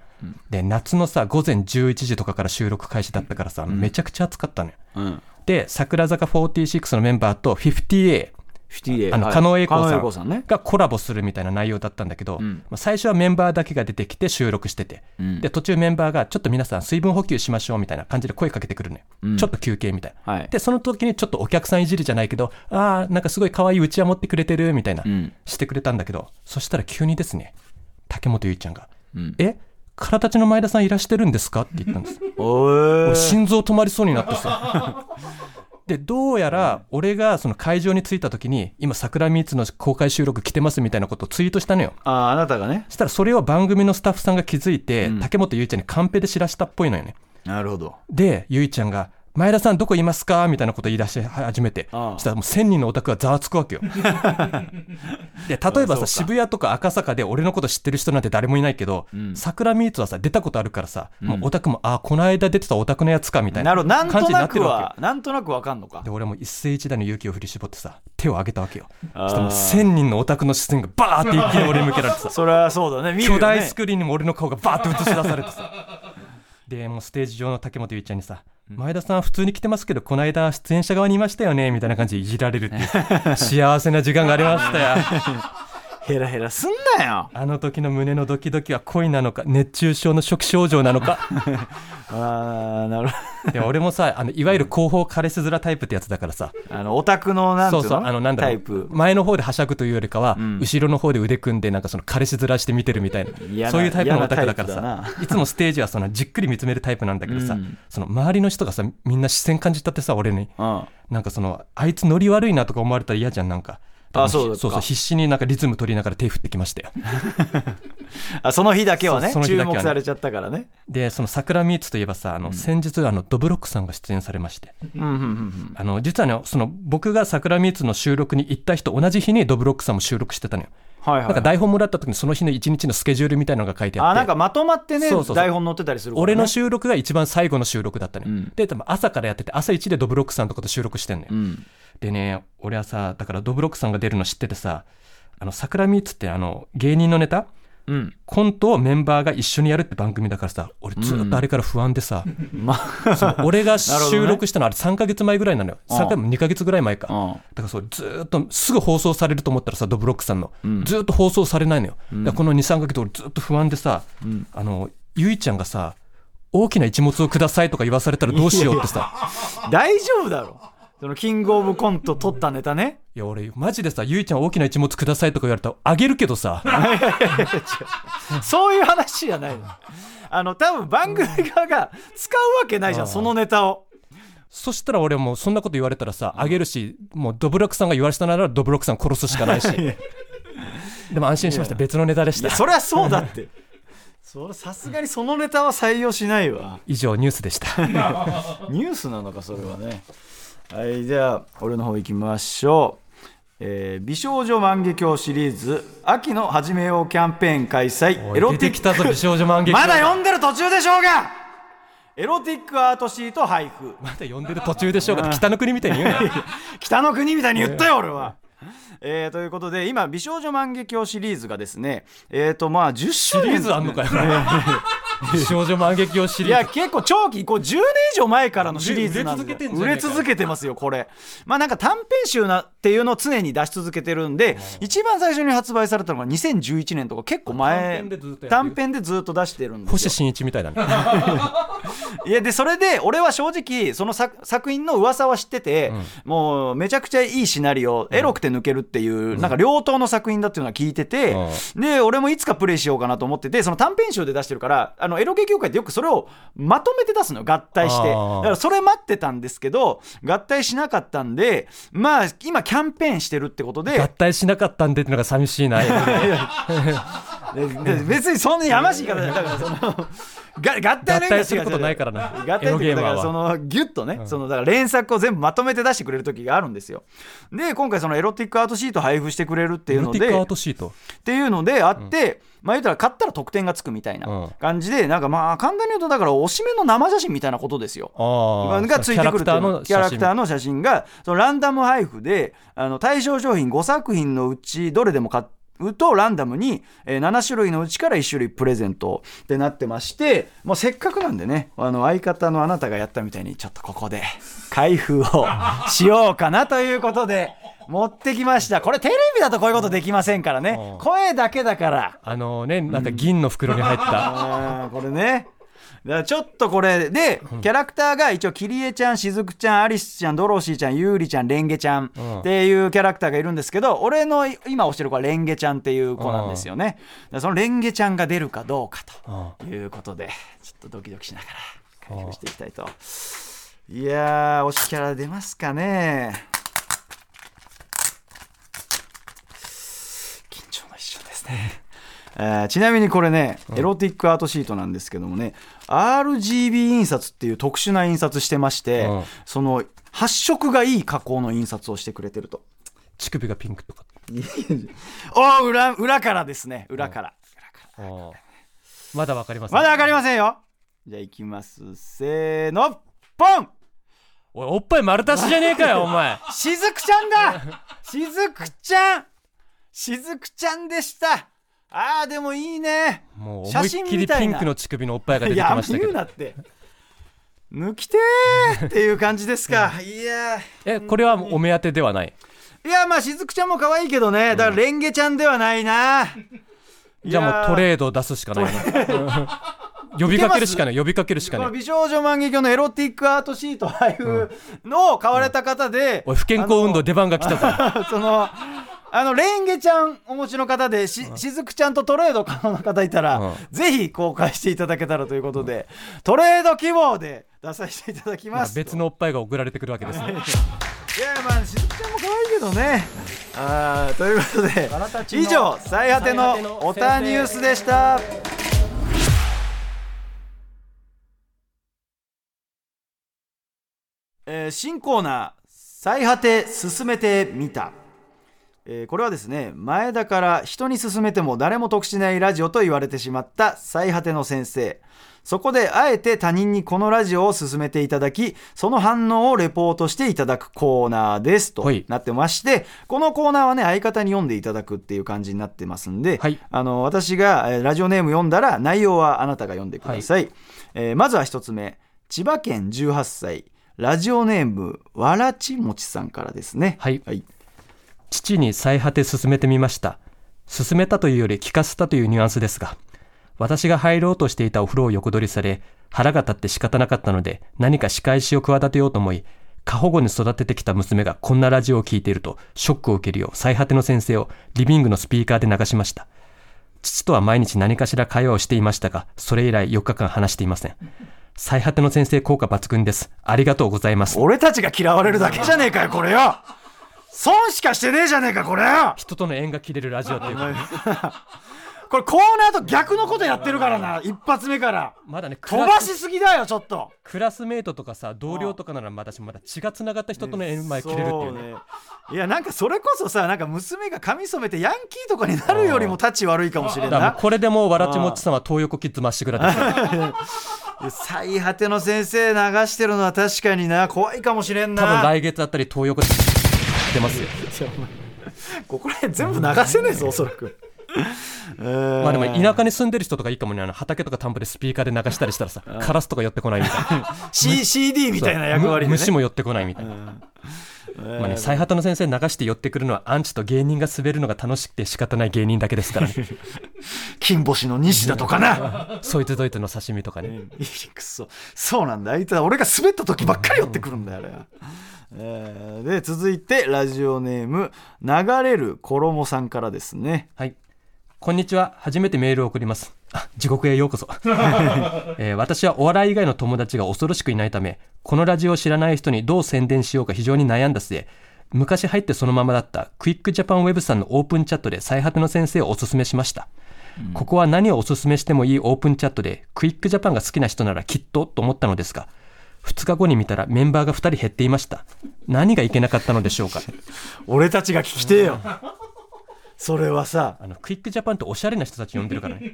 [SPEAKER 3] で夏のさ午前11時とかから収録開始だったからさ、めちゃくちゃ暑かったのよ
[SPEAKER 2] うん
[SPEAKER 3] で桜坂46のメンバーと 50A
[SPEAKER 2] フィティエ
[SPEAKER 3] あの
[SPEAKER 2] はい
[SPEAKER 3] 狩野英
[SPEAKER 2] 狩野英
[SPEAKER 3] 孝
[SPEAKER 2] 孝
[SPEAKER 3] さ
[SPEAKER 2] さ
[SPEAKER 3] ん
[SPEAKER 2] んね
[SPEAKER 3] がコラボするみたいな内容だったんだけど、
[SPEAKER 2] ん
[SPEAKER 3] まあ最初はメンバーだけが出てきて収録してて、
[SPEAKER 2] ん
[SPEAKER 3] で途中メンバーがちょっと皆さん水分補給しましょうみたいな感じで声かけてくるのよ、ちょっと休憩みたいな、
[SPEAKER 2] はい
[SPEAKER 3] でその時にちょっとお客さんいじりじゃないけどああなんかすごい可愛いうちわ持ってくれてるみたいな、
[SPEAKER 2] ん
[SPEAKER 3] してくれたんだけどそしたら急にですね竹本ゆいちゃんが「
[SPEAKER 2] ん
[SPEAKER 3] えからたちの前田さんいらしてるんですか?」って言ったんです
[SPEAKER 2] おー
[SPEAKER 3] 俺心臓止まりそうになってさ でどうやら俺がその会場に着いた時に今桜ミーツの公開収録来てますみたいなことをツイートしたのよ
[SPEAKER 2] あああなたがね
[SPEAKER 3] そしたらそれを番組のスタッフさんが気づいて、竹本ゆいちゃんにカンペで知らしたっぽいのよね
[SPEAKER 2] なるほど
[SPEAKER 3] でゆいちゃんが「前田さんどこいますか?」みたいなこと言い出し始めて
[SPEAKER 2] ああ
[SPEAKER 3] そしたらもう1000人のオタクはざわつく わけよで例えばさ渋谷とか赤坂で俺のこと知ってる人なんて誰もいないけど、桜ミーツはさ出たことあるからさ、もうオタクも「ああこの間出てたオタクのやつか」みたい
[SPEAKER 2] な
[SPEAKER 3] な
[SPEAKER 2] るほどなん
[SPEAKER 3] 感
[SPEAKER 2] と
[SPEAKER 3] じにな
[SPEAKER 2] な
[SPEAKER 3] って
[SPEAKER 2] く
[SPEAKER 3] るわけよ
[SPEAKER 2] はなんとなくわかんのか
[SPEAKER 3] で俺はもう一世一代の勇気を振り絞ってさ手を挙げたわけよ
[SPEAKER 2] あ
[SPEAKER 3] そ
[SPEAKER 2] ー
[SPEAKER 3] したらもう1000人のオタクの視線がバーって一気に俺に向けられてさ
[SPEAKER 2] それはそうだね見るよ
[SPEAKER 3] 巨
[SPEAKER 2] ね
[SPEAKER 3] 大スクリーンにも俺の顔がバーって映し出されてさ でもうステージ上の竹本ゆいちゃんにさ「前田さん普通に来てますけどこの間出演者側にいましたよね」みたいな感じでいじられるっていう 幸せな時間がありましたよ
[SPEAKER 2] ヘラヘラすんなよ
[SPEAKER 3] あの時の胸のドキドキは恋なのか熱中症の初期症状なのか
[SPEAKER 2] ああなるほ
[SPEAKER 3] で俺もさあのいわゆる広報彼氏面タイプってやつだからさ
[SPEAKER 2] どあのオタクのなんてい
[SPEAKER 3] そう
[SPEAKER 2] の
[SPEAKER 3] うそうあのなんだろ
[SPEAKER 2] タ
[SPEAKER 3] う
[SPEAKER 2] イプ
[SPEAKER 3] 前の方ではしゃぐというよりかは、後ろの方で腕組んでなんかその彼氏面して見てるみたい
[SPEAKER 2] 嫌な
[SPEAKER 3] なそういうタイプのオタクだから
[SPEAKER 2] 嫌なタイ
[SPEAKER 3] さ
[SPEAKER 2] プ
[SPEAKER 3] いつもステージはそのじっくり見つめるタイプなんだけどさ、
[SPEAKER 2] うん
[SPEAKER 3] その周りの人がさみんな視線感じたってさ俺に
[SPEAKER 2] うん
[SPEAKER 3] なんかそのあいつノリ悪いなとか思われたら嫌じゃんなんか。
[SPEAKER 2] あそうだった
[SPEAKER 3] そうそう必死になんかリズム取りながら手振ってきましたよ
[SPEAKER 2] あその日だけはね
[SPEAKER 3] そうその日
[SPEAKER 2] 注
[SPEAKER 3] だけはね
[SPEAKER 2] 目されちゃったからね
[SPEAKER 3] でその桜ミーツといえばさあの先日あのドブロックさんが出演されまして
[SPEAKER 2] うんうんうん
[SPEAKER 3] あの実はねその僕が桜ミーツの収録に行った日と同じ日にドブロックさんも収録してたのよ
[SPEAKER 2] はいはい
[SPEAKER 3] なんか台本もらった時にその日の一日のスケジュールみたいなのが書いてあ
[SPEAKER 2] あ
[SPEAKER 3] って。
[SPEAKER 2] なんかまとまってね
[SPEAKER 3] そうそうそう
[SPEAKER 2] 台本載ってたりするからね
[SPEAKER 3] 俺の収録が一番最後の収録だったのよ、
[SPEAKER 2] うん
[SPEAKER 3] で多分朝からやってて朝一でドブロックさんとかと収録してんのよ、
[SPEAKER 2] うん
[SPEAKER 3] でね俺はさだからドブロックさんが出るの知っててさあの桜ミーツってあの芸人のネタ
[SPEAKER 2] うん
[SPEAKER 3] コントをメンバーが一緒にやるって番組だからさ俺ずっとあれから不安でさ、
[SPEAKER 2] まあ
[SPEAKER 3] その俺が
[SPEAKER 2] なるほどね
[SPEAKER 3] 収録したのあれ3ヶ月前ぐらいなのよ3回も2ヶ月ぐらい前か、
[SPEAKER 2] うん
[SPEAKER 3] だからそうずーっとすぐ放送されると思ったらさドブロックさんの、ずーっと放送されないのよ、だからこの23ヶ月俺ずーっと不安でさ、あのゆいちゃんがさ大きな一物をくださいとか言わされたらどうしようって さ
[SPEAKER 2] 大丈夫だろそのキングオブコント撮ったネタね
[SPEAKER 3] いや俺マジでさゆいちゃん大きな一物くださいとか言われたらあげるけどさ
[SPEAKER 2] そういう話じゃないのあの多分番組側が使うわけないじゃんそのネタを
[SPEAKER 3] そしたら俺もうそんなこと言われたらさあげるしもうドブロックさんが言わせたならドブロックさん殺すし かないしでも安心しました別のネタでし
[SPEAKER 2] い
[SPEAKER 3] た
[SPEAKER 2] やそりゃそうだって それさすがにそのネタは採用しないわ
[SPEAKER 3] 以上ニュースでした
[SPEAKER 2] ニュースなのかそれはねはいじゃあ俺の方行きましょう、えー美少女万華鏡シリーズ秋の始めようキャンペーン開催
[SPEAKER 3] お
[SPEAKER 2] エ
[SPEAKER 3] い
[SPEAKER 2] ロ
[SPEAKER 3] 出
[SPEAKER 2] ティッ
[SPEAKER 3] てき
[SPEAKER 2] ク
[SPEAKER 3] たぞ美少女万劇
[SPEAKER 2] まだ読んでる途中でしょうがエロティックアートシート配布
[SPEAKER 3] まだ呼んでる途中でしょうかって北の国みたいに言うなよ
[SPEAKER 2] 北の国みたいに言ったよ俺は、えーということで今美少女万華鏡シリーズがですねえっ、とまあ10周
[SPEAKER 3] シリ
[SPEAKER 2] 年
[SPEAKER 3] ーズあんのかよ美少女万劇用シ
[SPEAKER 2] い
[SPEAKER 3] リー
[SPEAKER 2] や
[SPEAKER 3] ズ
[SPEAKER 2] 結構長期こう10年以上前からのシリーズなんで
[SPEAKER 3] 売れ続けてんじゃ
[SPEAKER 2] 売
[SPEAKER 3] ねえ
[SPEAKER 2] れ
[SPEAKER 3] かよ
[SPEAKER 2] 続けてますよこれまあなんか短編集なっていうのを常に出し続けてるんで一番最初に発売されたのが2011年とか結構前
[SPEAKER 3] 短編でずっとやってる
[SPEAKER 2] 短編でずっと出してるんですよ
[SPEAKER 3] 星新一みたいだね
[SPEAKER 2] いやでそれで俺は正直その作作品の噂は知ってて、もうめちゃくちゃいいシナリオ、エロくて抜けるっていう、なんか両党の作品だっていうのは聞いてて、で俺もいつかプレイしようかなと思っててその短編集で出してるからあのエロ系業界ってよくそれをまとめて出すのよ合体して
[SPEAKER 3] あー
[SPEAKER 2] だからそれ待ってたんですけど合体しなかったんでまあ今キャンペーンしてるってことで
[SPEAKER 3] 合体しなかったんでってのが寂しいな
[SPEAKER 2] いやで別にそんなやましい方じゃないだからそのが合体
[SPEAKER 3] 合
[SPEAKER 2] 連
[SPEAKER 3] 体
[SPEAKER 2] 合
[SPEAKER 3] することないからな
[SPEAKER 2] 合体
[SPEAKER 3] エロ
[SPEAKER 2] ってい
[SPEAKER 3] ゲ
[SPEAKER 2] う
[SPEAKER 3] ー
[SPEAKER 2] かだか
[SPEAKER 3] マー
[SPEAKER 2] らそ
[SPEAKER 3] は
[SPEAKER 2] のギュッとね、そのだから連作を全部まとめて出してくれる時があるんですよで今回そのエロティックアートシート配布してくれるって
[SPEAKER 3] エ
[SPEAKER 2] いう
[SPEAKER 3] ロ
[SPEAKER 2] の
[SPEAKER 3] ティックアー
[SPEAKER 2] で
[SPEAKER 3] トシート
[SPEAKER 2] っていうのであって、まあ言ったら買ったら得点がつくみたい
[SPEAKER 3] うん
[SPEAKER 2] な感じで、なんかまあ簡単に言うとだからおしめの生写真みたいなことですよ
[SPEAKER 3] あー
[SPEAKER 2] がついてくる
[SPEAKER 3] キ
[SPEAKER 2] と
[SPEAKER 3] ャ
[SPEAKER 2] いう
[SPEAKER 3] ラクターの
[SPEAKER 2] キャラ
[SPEAKER 3] 写
[SPEAKER 2] ク
[SPEAKER 3] 真
[SPEAKER 2] ターの写真がそのランダム配布であの対象商品5作品のうちどれでも買うとランダムに、えー7種類のうちから1種類プレゼントってなってましてもうせっかくなんでねあの相方のあなたがやったみたいにちょっとここで開封をしようかなということで持ってきましたこれテレビだとこういうことできませんからね
[SPEAKER 3] うん
[SPEAKER 2] 声だけだから
[SPEAKER 3] あのねなんか銀の袋に入った、
[SPEAKER 2] あーこれねだからちょっとこれでキャラクターが一応キリエちゃんしずくちゃんアリスちゃんドロシーちゃんユーリちゃんレンゲちゃん
[SPEAKER 3] うん
[SPEAKER 2] っていうキャラクターがいるんですけど俺の今推してる子はレンゲちゃんっていう子なんですよねだからそのレンゲちゃんが出るかどうか
[SPEAKER 3] うん
[SPEAKER 2] ということでちょっとドキドキしながら開
[SPEAKER 3] う
[SPEAKER 2] 封
[SPEAKER 3] ん
[SPEAKER 2] していきたいといやー推しキャラ出ますかね緊張の一瞬ですねえーちなみにこれね、エロティックアートシートなんですけどもね RGB 印刷っていう特殊な印刷してまして、
[SPEAKER 3] うん
[SPEAKER 2] その発色がいい加工の印刷をしてくれてると
[SPEAKER 3] 乳首がピンクとか
[SPEAKER 2] おお裏裏からですね裏から,、裏から
[SPEAKER 3] うんまだわかります
[SPEAKER 2] まだわかりませんよじゃあいきますせーのポン
[SPEAKER 3] おいおっぱい丸出しじゃねえかよお前
[SPEAKER 2] しずくちゃんだしずくちゃんしずくちゃんでしたあーでもいいね
[SPEAKER 3] もう
[SPEAKER 2] 写
[SPEAKER 3] 思いっ
[SPEAKER 2] 真
[SPEAKER 3] き
[SPEAKER 2] み
[SPEAKER 3] り
[SPEAKER 2] た
[SPEAKER 3] ピ
[SPEAKER 2] い
[SPEAKER 3] ン
[SPEAKER 2] な
[SPEAKER 3] クの乳首のおっぱいが出てきました
[SPEAKER 2] い
[SPEAKER 3] け
[SPEAKER 2] や言う
[SPEAKER 3] ど
[SPEAKER 2] なって抜きてーっていう感じですかいやー
[SPEAKER 3] えこれはお目当てではない
[SPEAKER 2] いやまあしずくちゃんも可愛いけどねだからレンゲちゃんではないな
[SPEAKER 3] じゃあもうトレードを出すしか ないな呼びかけるしかない呼びかけるしか
[SPEAKER 2] こ
[SPEAKER 3] な
[SPEAKER 2] の
[SPEAKER 3] い
[SPEAKER 2] 美少女万華鏡のエロティックアートシート配布のを買われた方で、
[SPEAKER 3] おい不健康運動出番が来たぞ
[SPEAKER 2] あの そのあのレンゲちゃんお持ちの方でし,、しずくちゃんとトレード可能な方いたら、
[SPEAKER 3] うん
[SPEAKER 2] ぜひ公開していただけたらということで、トレード希望で出させていただきますと
[SPEAKER 3] 別のおっぱいが送られてくるわけですね
[SPEAKER 2] いやまあしずくちゃんも可愛いけどねあーということで以上「最果てのオタニュース」でしたえー新コーナー「最果て進めてみた」えーこれはですね前田から人に勧めても誰も得しないラジオと言われてしまった最果ての先生そこであえて他人にこのラジオを勧めていただきその反応をレポートしていただくコーナーですと
[SPEAKER 3] はい
[SPEAKER 2] なってましてこのコーナーはね相方に読んでいただくっていう感じになってますんで、
[SPEAKER 3] はい
[SPEAKER 2] あの私がえーラジオネーム読んだら内容はあなたが読んでください、えーまずは一つ目千葉県18歳ラジオネームわらちもちさんからですね
[SPEAKER 3] はい
[SPEAKER 2] はい
[SPEAKER 3] 父に最果て進めてみました進めたというより聞かせたというニュアンスですが私が入ろうとしていたお風呂を横取りされ腹が立って仕方なかったので何か仕返しを企てようと思い過保護に育ててきた娘がこんなラジオを聴いているとショックを受けるよう最果ての先生をリビングのスピーカーで流しました父とは毎日何かしら会話をしていましたがそれ以来4日間話していません最果ての先生効果抜群ですありがとうございます
[SPEAKER 2] 俺たちが嫌われるだけじゃねえかよこれよ損しかしてねえじゃねえかこれよ
[SPEAKER 3] 人との縁が切れるラジオというか
[SPEAKER 2] これコーナーと逆のことやってるからな一発目から
[SPEAKER 3] まだねク
[SPEAKER 2] 飛
[SPEAKER 3] ラ
[SPEAKER 2] ば
[SPEAKER 3] ス
[SPEAKER 2] しすぎだよちょっと
[SPEAKER 3] クラスメートとかさ同僚とかならまだしまだ血がつながった人との縁前切れるっていうね
[SPEAKER 2] そうねいやなんかそれこそさなんか娘が髪染めてヤンキーとかになるよりも立ち悪いかもしれん
[SPEAKER 3] だから
[SPEAKER 2] な
[SPEAKER 3] もうこれでもうわらちもっちさんは東横キッズまっしぐらですよ
[SPEAKER 2] いや最果ての先生流してるのは確かにな怖いかもしれんな
[SPEAKER 3] 多分来月あたり東横で出ますよ
[SPEAKER 2] ここら辺全部流せねえぞおそらく
[SPEAKER 3] ま
[SPEAKER 2] ま
[SPEAKER 3] あでも田舎に住んでる人とかいいかもねあの畑とか田んぼでスピーカーで流したりしたらさカラスとか寄ってこないみたいな
[SPEAKER 2] C CD みたいな役割で、ね、
[SPEAKER 3] む虫も寄ってこないみたいなまあね、最果ての先生流して寄ってくるのはアンチと芸人が滑るのが楽しくて仕方ない芸人だけで すからね
[SPEAKER 2] 金星の西だとかな
[SPEAKER 3] そいつどいつの刺身とかね
[SPEAKER 2] いやくそそうなんだあいつは俺が滑った時ばっかり寄ってくるんだよあれは、えーで続いてラジオネーム流れる衣さんからですね
[SPEAKER 3] はい。こんにちは。初めてメールを送ります。あ、地獄へようこそ、 えー私はお笑い以外の友達が恐ろしくいないため、このラジオを知らない人にどう宣伝しようか非常に悩んだ末、昔入ってそのままだったクイックジャパンウェブさんのオープンチャットで最果ての先生をおすすめしました。ここは何をおすすめしてもいいオープンチャットで、クイックジャパンが好きな人ならきっとと思ったのですが、2日後に見たらメンバーが2人減っていました。何がいけなかったのでしょうか。
[SPEAKER 2] 俺たちが聞きてえ よそれはさ
[SPEAKER 3] あのクイックジャパンっておしゃれな人たち呼んでるからね。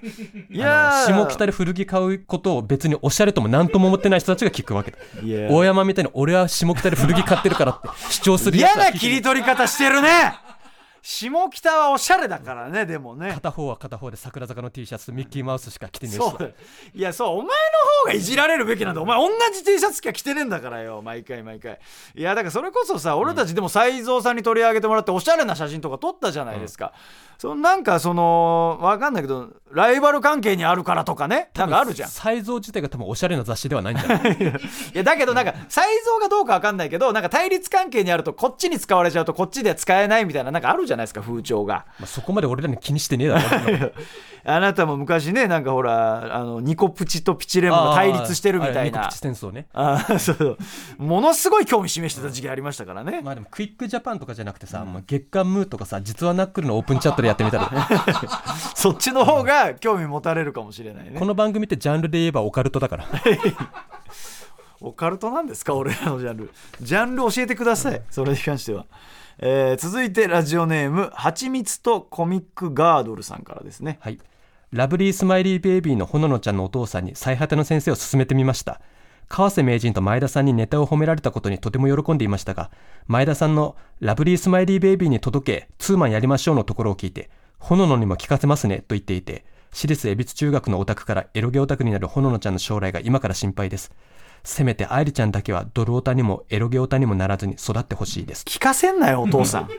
[SPEAKER 2] い
[SPEAKER 3] あ
[SPEAKER 2] や
[SPEAKER 3] の下北で古着買うことを別におしゃれとも何とも思ってない人たちが聞くわけだ。
[SPEAKER 2] いや
[SPEAKER 3] 大山みたいに俺は下北で古着買ってるからって主張するや
[SPEAKER 2] 嫌
[SPEAKER 3] つ
[SPEAKER 2] な
[SPEAKER 3] は聞い
[SPEAKER 2] 切
[SPEAKER 3] て
[SPEAKER 2] り取り方してるね下北はおしゃれだからねでもね
[SPEAKER 3] 片方は片方で桜坂の T シャツとミッキーマウスしか着てねえし
[SPEAKER 2] そうだよ いやそうお前の方がいじられるべきなんだお前同じ T シャツしか着てねえんだからよ毎回毎回いやだからそれこそさ俺たちでも才蔵さんに取り上げてもらっておしゃれな写真とか撮ったじゃないですか、そのなんかそのわかんないけどライバル関係にあるからとかねなんかある じゃん
[SPEAKER 3] サイズ自体が多分おしゃれな雑誌で はないんじゃない
[SPEAKER 2] いやだけどなんか才蔵がどうかわかんないけどなんか対立関係にあるとこっちに使われちゃうとこっちでは使えないみたいななんかあるじゃないですか風潮が
[SPEAKER 3] まあそこまで俺らに気にしてねえだろ俺らの
[SPEAKER 2] あなたも昔ねなんかほらあのニコプチとピチレモンが対立してるみ
[SPEAKER 3] あ
[SPEAKER 2] た
[SPEAKER 3] れ
[SPEAKER 2] い
[SPEAKER 3] ニコ
[SPEAKER 2] な
[SPEAKER 3] プチ戦争ね
[SPEAKER 2] あーそうものすごい興味示してた時期ありましたからね、
[SPEAKER 3] まあでもクイックジャパンとかじゃなくてさ、もう月刊ムーとかさ実はナックルのオープンチャットでやってみたら
[SPEAKER 2] そっちの方が興味持たれるかもしれないね
[SPEAKER 3] この番組ってジャンルで言えばオカルトだから
[SPEAKER 2] オカルトなんですか俺らのジャンルジャンル教えてくださいそれに関しては、えー続いてラジオネームはちみつとコミックガードルさんからですね
[SPEAKER 3] はいラブリースマイリーベイビーのほののちゃんのお父さんに最果ての先生を勧めてみました川瀬名人と前田さんにネタを褒められたことにとても喜んでいましたが前田さんの「ラブリースマイリーベイビーに届けツーマンやりましょう」のところを聞いて「ほののにも聞かせますね」と言っていて私立恵比寿中学のオタクからエロゲオタクになるほののちゃんの将来が今から心配ですせめて愛梨ちゃんだけはドルオタにもエロゲオタにもならずに育ってほしいです
[SPEAKER 2] 聞かせんなよお父 さん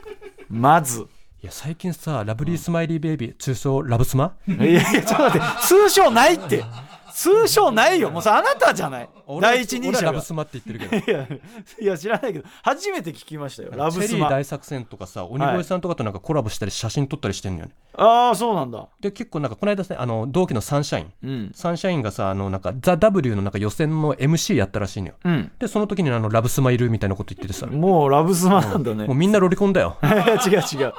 [SPEAKER 2] まず
[SPEAKER 3] いや最近さラブリースマイリーベイビー通称ラブスマ
[SPEAKER 2] いやいやちょっと待って通称ないって通称ないよもうさあなたじゃない第一人
[SPEAKER 3] 俺は
[SPEAKER 2] 者
[SPEAKER 3] ラ
[SPEAKER 2] が
[SPEAKER 3] ブスマって言ってるけど
[SPEAKER 2] いやいや知らないけど初めて聞きましたよラブ
[SPEAKER 3] チェ
[SPEAKER 2] ス
[SPEAKER 3] リー
[SPEAKER 2] マ
[SPEAKER 3] 大作戦とかさ鬼越さんとかとなんかコラボしたり写真撮ったりしてんのよね、
[SPEAKER 2] ああそうなんだ
[SPEAKER 3] で結構なんかこの間ねあの同期のサンシャイン、
[SPEAKER 2] うん
[SPEAKER 3] サンシャインがさあのなんかザ・ W のなんか予選の MC やったらしいのよ、
[SPEAKER 2] ん
[SPEAKER 3] でその時にあのラブスマいるみたいなこと言っててさ、も
[SPEAKER 2] もうラブスマなんだね
[SPEAKER 3] うみんなロリコンだよ
[SPEAKER 2] 違う違う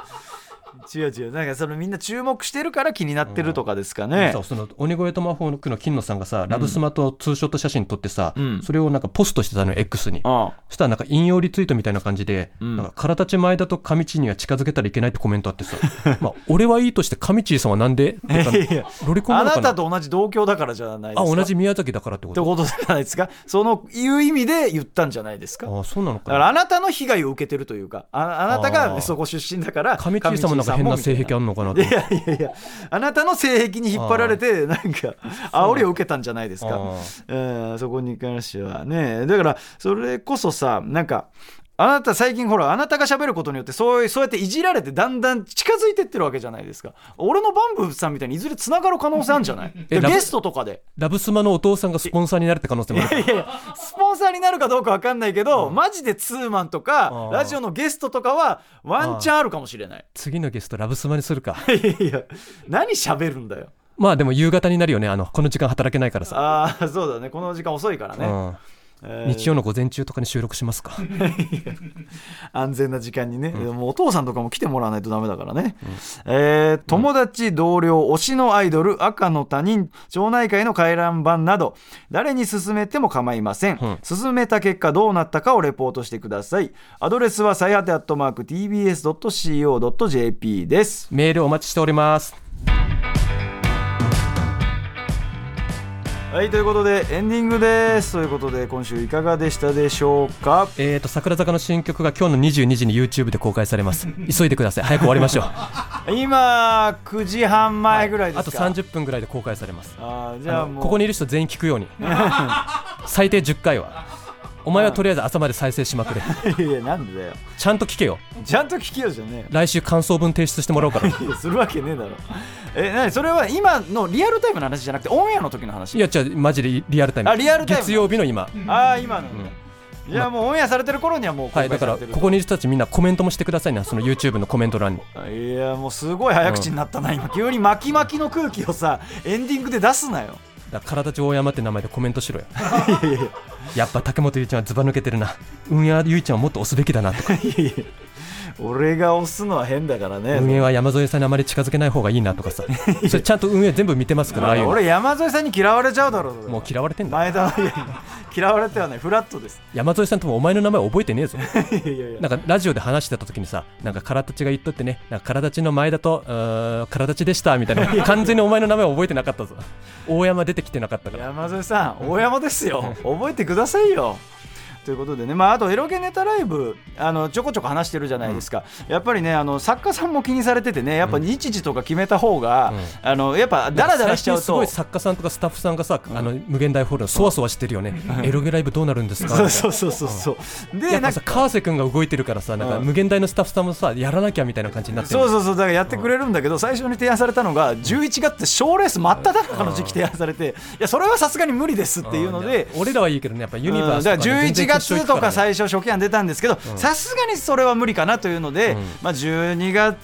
[SPEAKER 2] 違う違うなんかそのみんな注目してるから気になってるとかですかね、
[SPEAKER 3] そうその鬼越トマホークの金野さんがさラブスマとツーショット写真撮ってさ、
[SPEAKER 2] ん
[SPEAKER 3] それをなんかポストしてたのよ X に、
[SPEAKER 2] あ
[SPEAKER 3] そしたらなんか引用リツイートみたいな感じで、なんか空立ち前田と上地には近づけたらいけないってコメントあっ てさ、まあ、俺はいいとして上地さんはなんでって言ったの
[SPEAKER 2] いやいや
[SPEAKER 3] ロリコン
[SPEAKER 2] あ
[SPEAKER 3] なの
[SPEAKER 2] な
[SPEAKER 3] かな
[SPEAKER 2] たと同じ同郷だからじゃないですか
[SPEAKER 3] あ、同じ
[SPEAKER 2] っ
[SPEAKER 3] 宮崎だからってこ
[SPEAKER 2] て
[SPEAKER 3] と
[SPEAKER 2] ことじゃないですかそのいう意味で言ったんじゃないですか
[SPEAKER 3] あ、そうなの
[SPEAKER 2] だ
[SPEAKER 3] か
[SPEAKER 2] か
[SPEAKER 3] な。
[SPEAKER 2] らあなたの被害を受けてるというかああなた
[SPEAKER 3] あ
[SPEAKER 2] が
[SPEAKER 3] ー
[SPEAKER 2] そこ出身だから
[SPEAKER 3] 上地さんもなんか変な性癖あんのかなと
[SPEAKER 2] い
[SPEAKER 3] 思って。
[SPEAKER 2] やいやいやあなたの性癖に引っ張られてなんか煽りを受けたんじゃないです
[SPEAKER 3] あ
[SPEAKER 2] か
[SPEAKER 3] ー
[SPEAKER 2] うんそこに関してはねだからそれこそさなんかあなた最近ほらあなたが喋ることによってそういうそうやっていじられてだんだん近づいてってるわけじゃないですか俺のバンブーさんみたいにいずれつながる可能性あるんじゃ ない
[SPEAKER 3] え
[SPEAKER 2] で
[SPEAKER 3] ラブ
[SPEAKER 2] ゲストとかで
[SPEAKER 3] ラブスマのお父さんがスポンサーになるって可能性もある。
[SPEAKER 2] いやいやスポンサーになるかどうか分かんないけど、マジでツーマンとか
[SPEAKER 3] うん
[SPEAKER 2] ラジオのゲストとかはワンチャンあるかもしれない、
[SPEAKER 3] 次のゲストラブスマにするか。
[SPEAKER 2] いやいや 何喋るんだよ
[SPEAKER 3] まあでも夕方になるよね。あの、この時間働けないからさ。
[SPEAKER 2] ああそうだねこの時間遅いからね、
[SPEAKER 3] うん、日曜の午前中とかに収録しますか。
[SPEAKER 2] 安全な時間にね、もうお父さんとかも来てもらわないとダメだからね、えー友達同僚推しのアイドル赤の他人町内会の回覧板など誰に勧めても構いません、
[SPEAKER 3] うん
[SPEAKER 2] 勧めた結果どうなったかをレポートしてくださいアドレスはさやて .tbs.co.jp です
[SPEAKER 3] メールお待ちしております。
[SPEAKER 2] はいということでエンディングですということで今週いかがでしたでしょうか
[SPEAKER 3] えーと、桜坂の新曲が今日の22時に YouTube で公開されます。急いでください。早く終わり ましょう。
[SPEAKER 2] 今9時半前ぐらいで
[SPEAKER 3] あ
[SPEAKER 2] す
[SPEAKER 3] と
[SPEAKER 2] か、
[SPEAKER 3] 30分ぐらいで公開されます。
[SPEAKER 2] あーじゃあもう
[SPEAKER 3] ここにいる人全員聞くように最低10回はお前はとりあえず朝まで再生しまくれ
[SPEAKER 2] いやなんでだよ
[SPEAKER 3] ちゃんと聞けよ
[SPEAKER 2] ちゃんと聞けよじゃねえよ
[SPEAKER 3] 来週感想文提出してもらおうか ら
[SPEAKER 2] いやするわけねえだろえなにそれは今のリアルタイムの話じゃなくてオンエアの時の話
[SPEAKER 3] いやじゃあマジでリアルタイム
[SPEAKER 2] あリアルタイム
[SPEAKER 3] 月曜日の今
[SPEAKER 2] ああ今の、いやもうオンエアされてる頃にはもう公
[SPEAKER 3] はい
[SPEAKER 2] 開
[SPEAKER 3] だか
[SPEAKER 2] され
[SPEAKER 3] ら
[SPEAKER 2] てる
[SPEAKER 3] ここにいる人たちみんなコメントもしてくださいねその YouTube のコメント欄に
[SPEAKER 2] いやもうすごい早口になったな、今急に巻き巻きの空気をさエンディングで出すなよ
[SPEAKER 3] だから体ち大山って名前でコメントしろよ
[SPEAKER 2] いやいやいや
[SPEAKER 3] やっぱ竹本ゆうちゃんはずば抜けてるな運やゆいちゃんをもっと押すべきだなと か
[SPEAKER 2] いやいや俺が押すのは変だからね
[SPEAKER 3] 運営は山添さんにあまり近づけない方がいいなと かさそれちゃんと運営全部見てますからああいうの
[SPEAKER 2] 俺山添さんに嫌われちゃうだろ
[SPEAKER 3] もう嫌われてんだ
[SPEAKER 2] 前田はいやいや嫌われてはないフラットです
[SPEAKER 3] 山添さんともお前の名前覚えてねえぞ
[SPEAKER 2] いやいやいや
[SPEAKER 3] なんかラジオで話してた時にさなんかカラタチが言っとってねなんかカラタチの前田とうーんカラタチでしたみたいな 完全にお前の名前覚えてなかったぞ大山出てきてなかったから
[SPEAKER 2] 山添さん大山ですよ 覚えてくださいよということでね、まあ、あとエロゲネタライブあのちょこちょこ話してるじゃないですか、やっぱりねあの作家さんも気にされててねやっぱ日時とか決めた方が、あのやっぱダラダラしちゃう
[SPEAKER 3] 最近すご
[SPEAKER 2] と
[SPEAKER 3] い作家さんとかスタッフさんがさ、あの無限大ホールのそわそわしてるよね、エロゲライブどうなるんですか
[SPEAKER 2] そうそうそうそうそう
[SPEAKER 3] や
[SPEAKER 2] でな
[SPEAKER 3] っぱ
[SPEAKER 2] んか
[SPEAKER 3] さ川瀬君が動いてるからさなんか
[SPEAKER 2] うん
[SPEAKER 3] 無限大のスタッフさんもさやらなきゃみたいな感じになってる
[SPEAKER 2] そうそうそうだからやってくれるんだけど、最初に提案されたのが11月って賞レース真っ只中の時期提案されて、いやそれはさすがに無理ですっていうので、
[SPEAKER 3] 俺らはいいけどねやっぱユニバース
[SPEAKER 2] うんだから11月とか
[SPEAKER 3] 最
[SPEAKER 2] 最初初期案出たんですけどさすがにそれは無理かなというので、まあ、12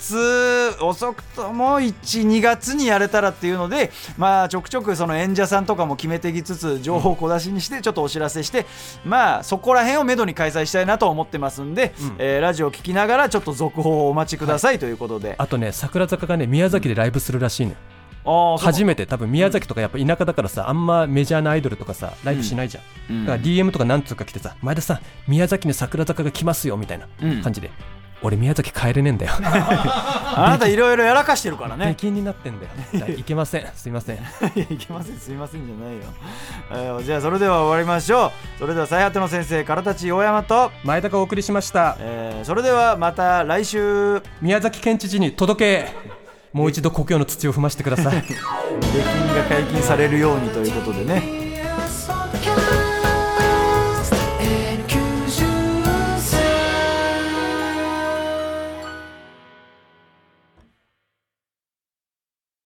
[SPEAKER 2] 月遅くとも12月にやれたらっていうので、まあ、ちょくちょくその演者さんとかも決めていきつつ情報を小出しにしてちょっとお知らせして、まあ、そこら辺をめどに開催したいなと思ってますんで、えーラジオを聞きながらちょっと続報をお待ちくださいということで、
[SPEAKER 3] あとね桜坂がね宮崎でライブするらしいのよ
[SPEAKER 2] ああそう
[SPEAKER 3] 初めて多分宮崎とかやっぱ田舎だからさあんまメジャーなアイドルとかさライブしないじゃん、
[SPEAKER 2] うん
[SPEAKER 3] だから DM とかなんとか来てさ前田さん宮崎に桜坂が来ますよみたいな
[SPEAKER 2] うん
[SPEAKER 3] 感じで、俺宮崎帰れねえんだよ、
[SPEAKER 2] あなたいろいろやらかしてるからね
[SPEAKER 3] 出禁になって んだよだから行けませんすいません
[SPEAKER 2] いやいけませんすいませんじゃないよ、えーじゃあそれでは終わりましょうそれでは最果ての先生からたち大山と、
[SPEAKER 3] 前田がお送りしました
[SPEAKER 2] えーそれではまた来週
[SPEAKER 3] 宮崎県知事に届けもう一度故郷の土を踏ましてください
[SPEAKER 2] 出禁が解禁されるようにということでね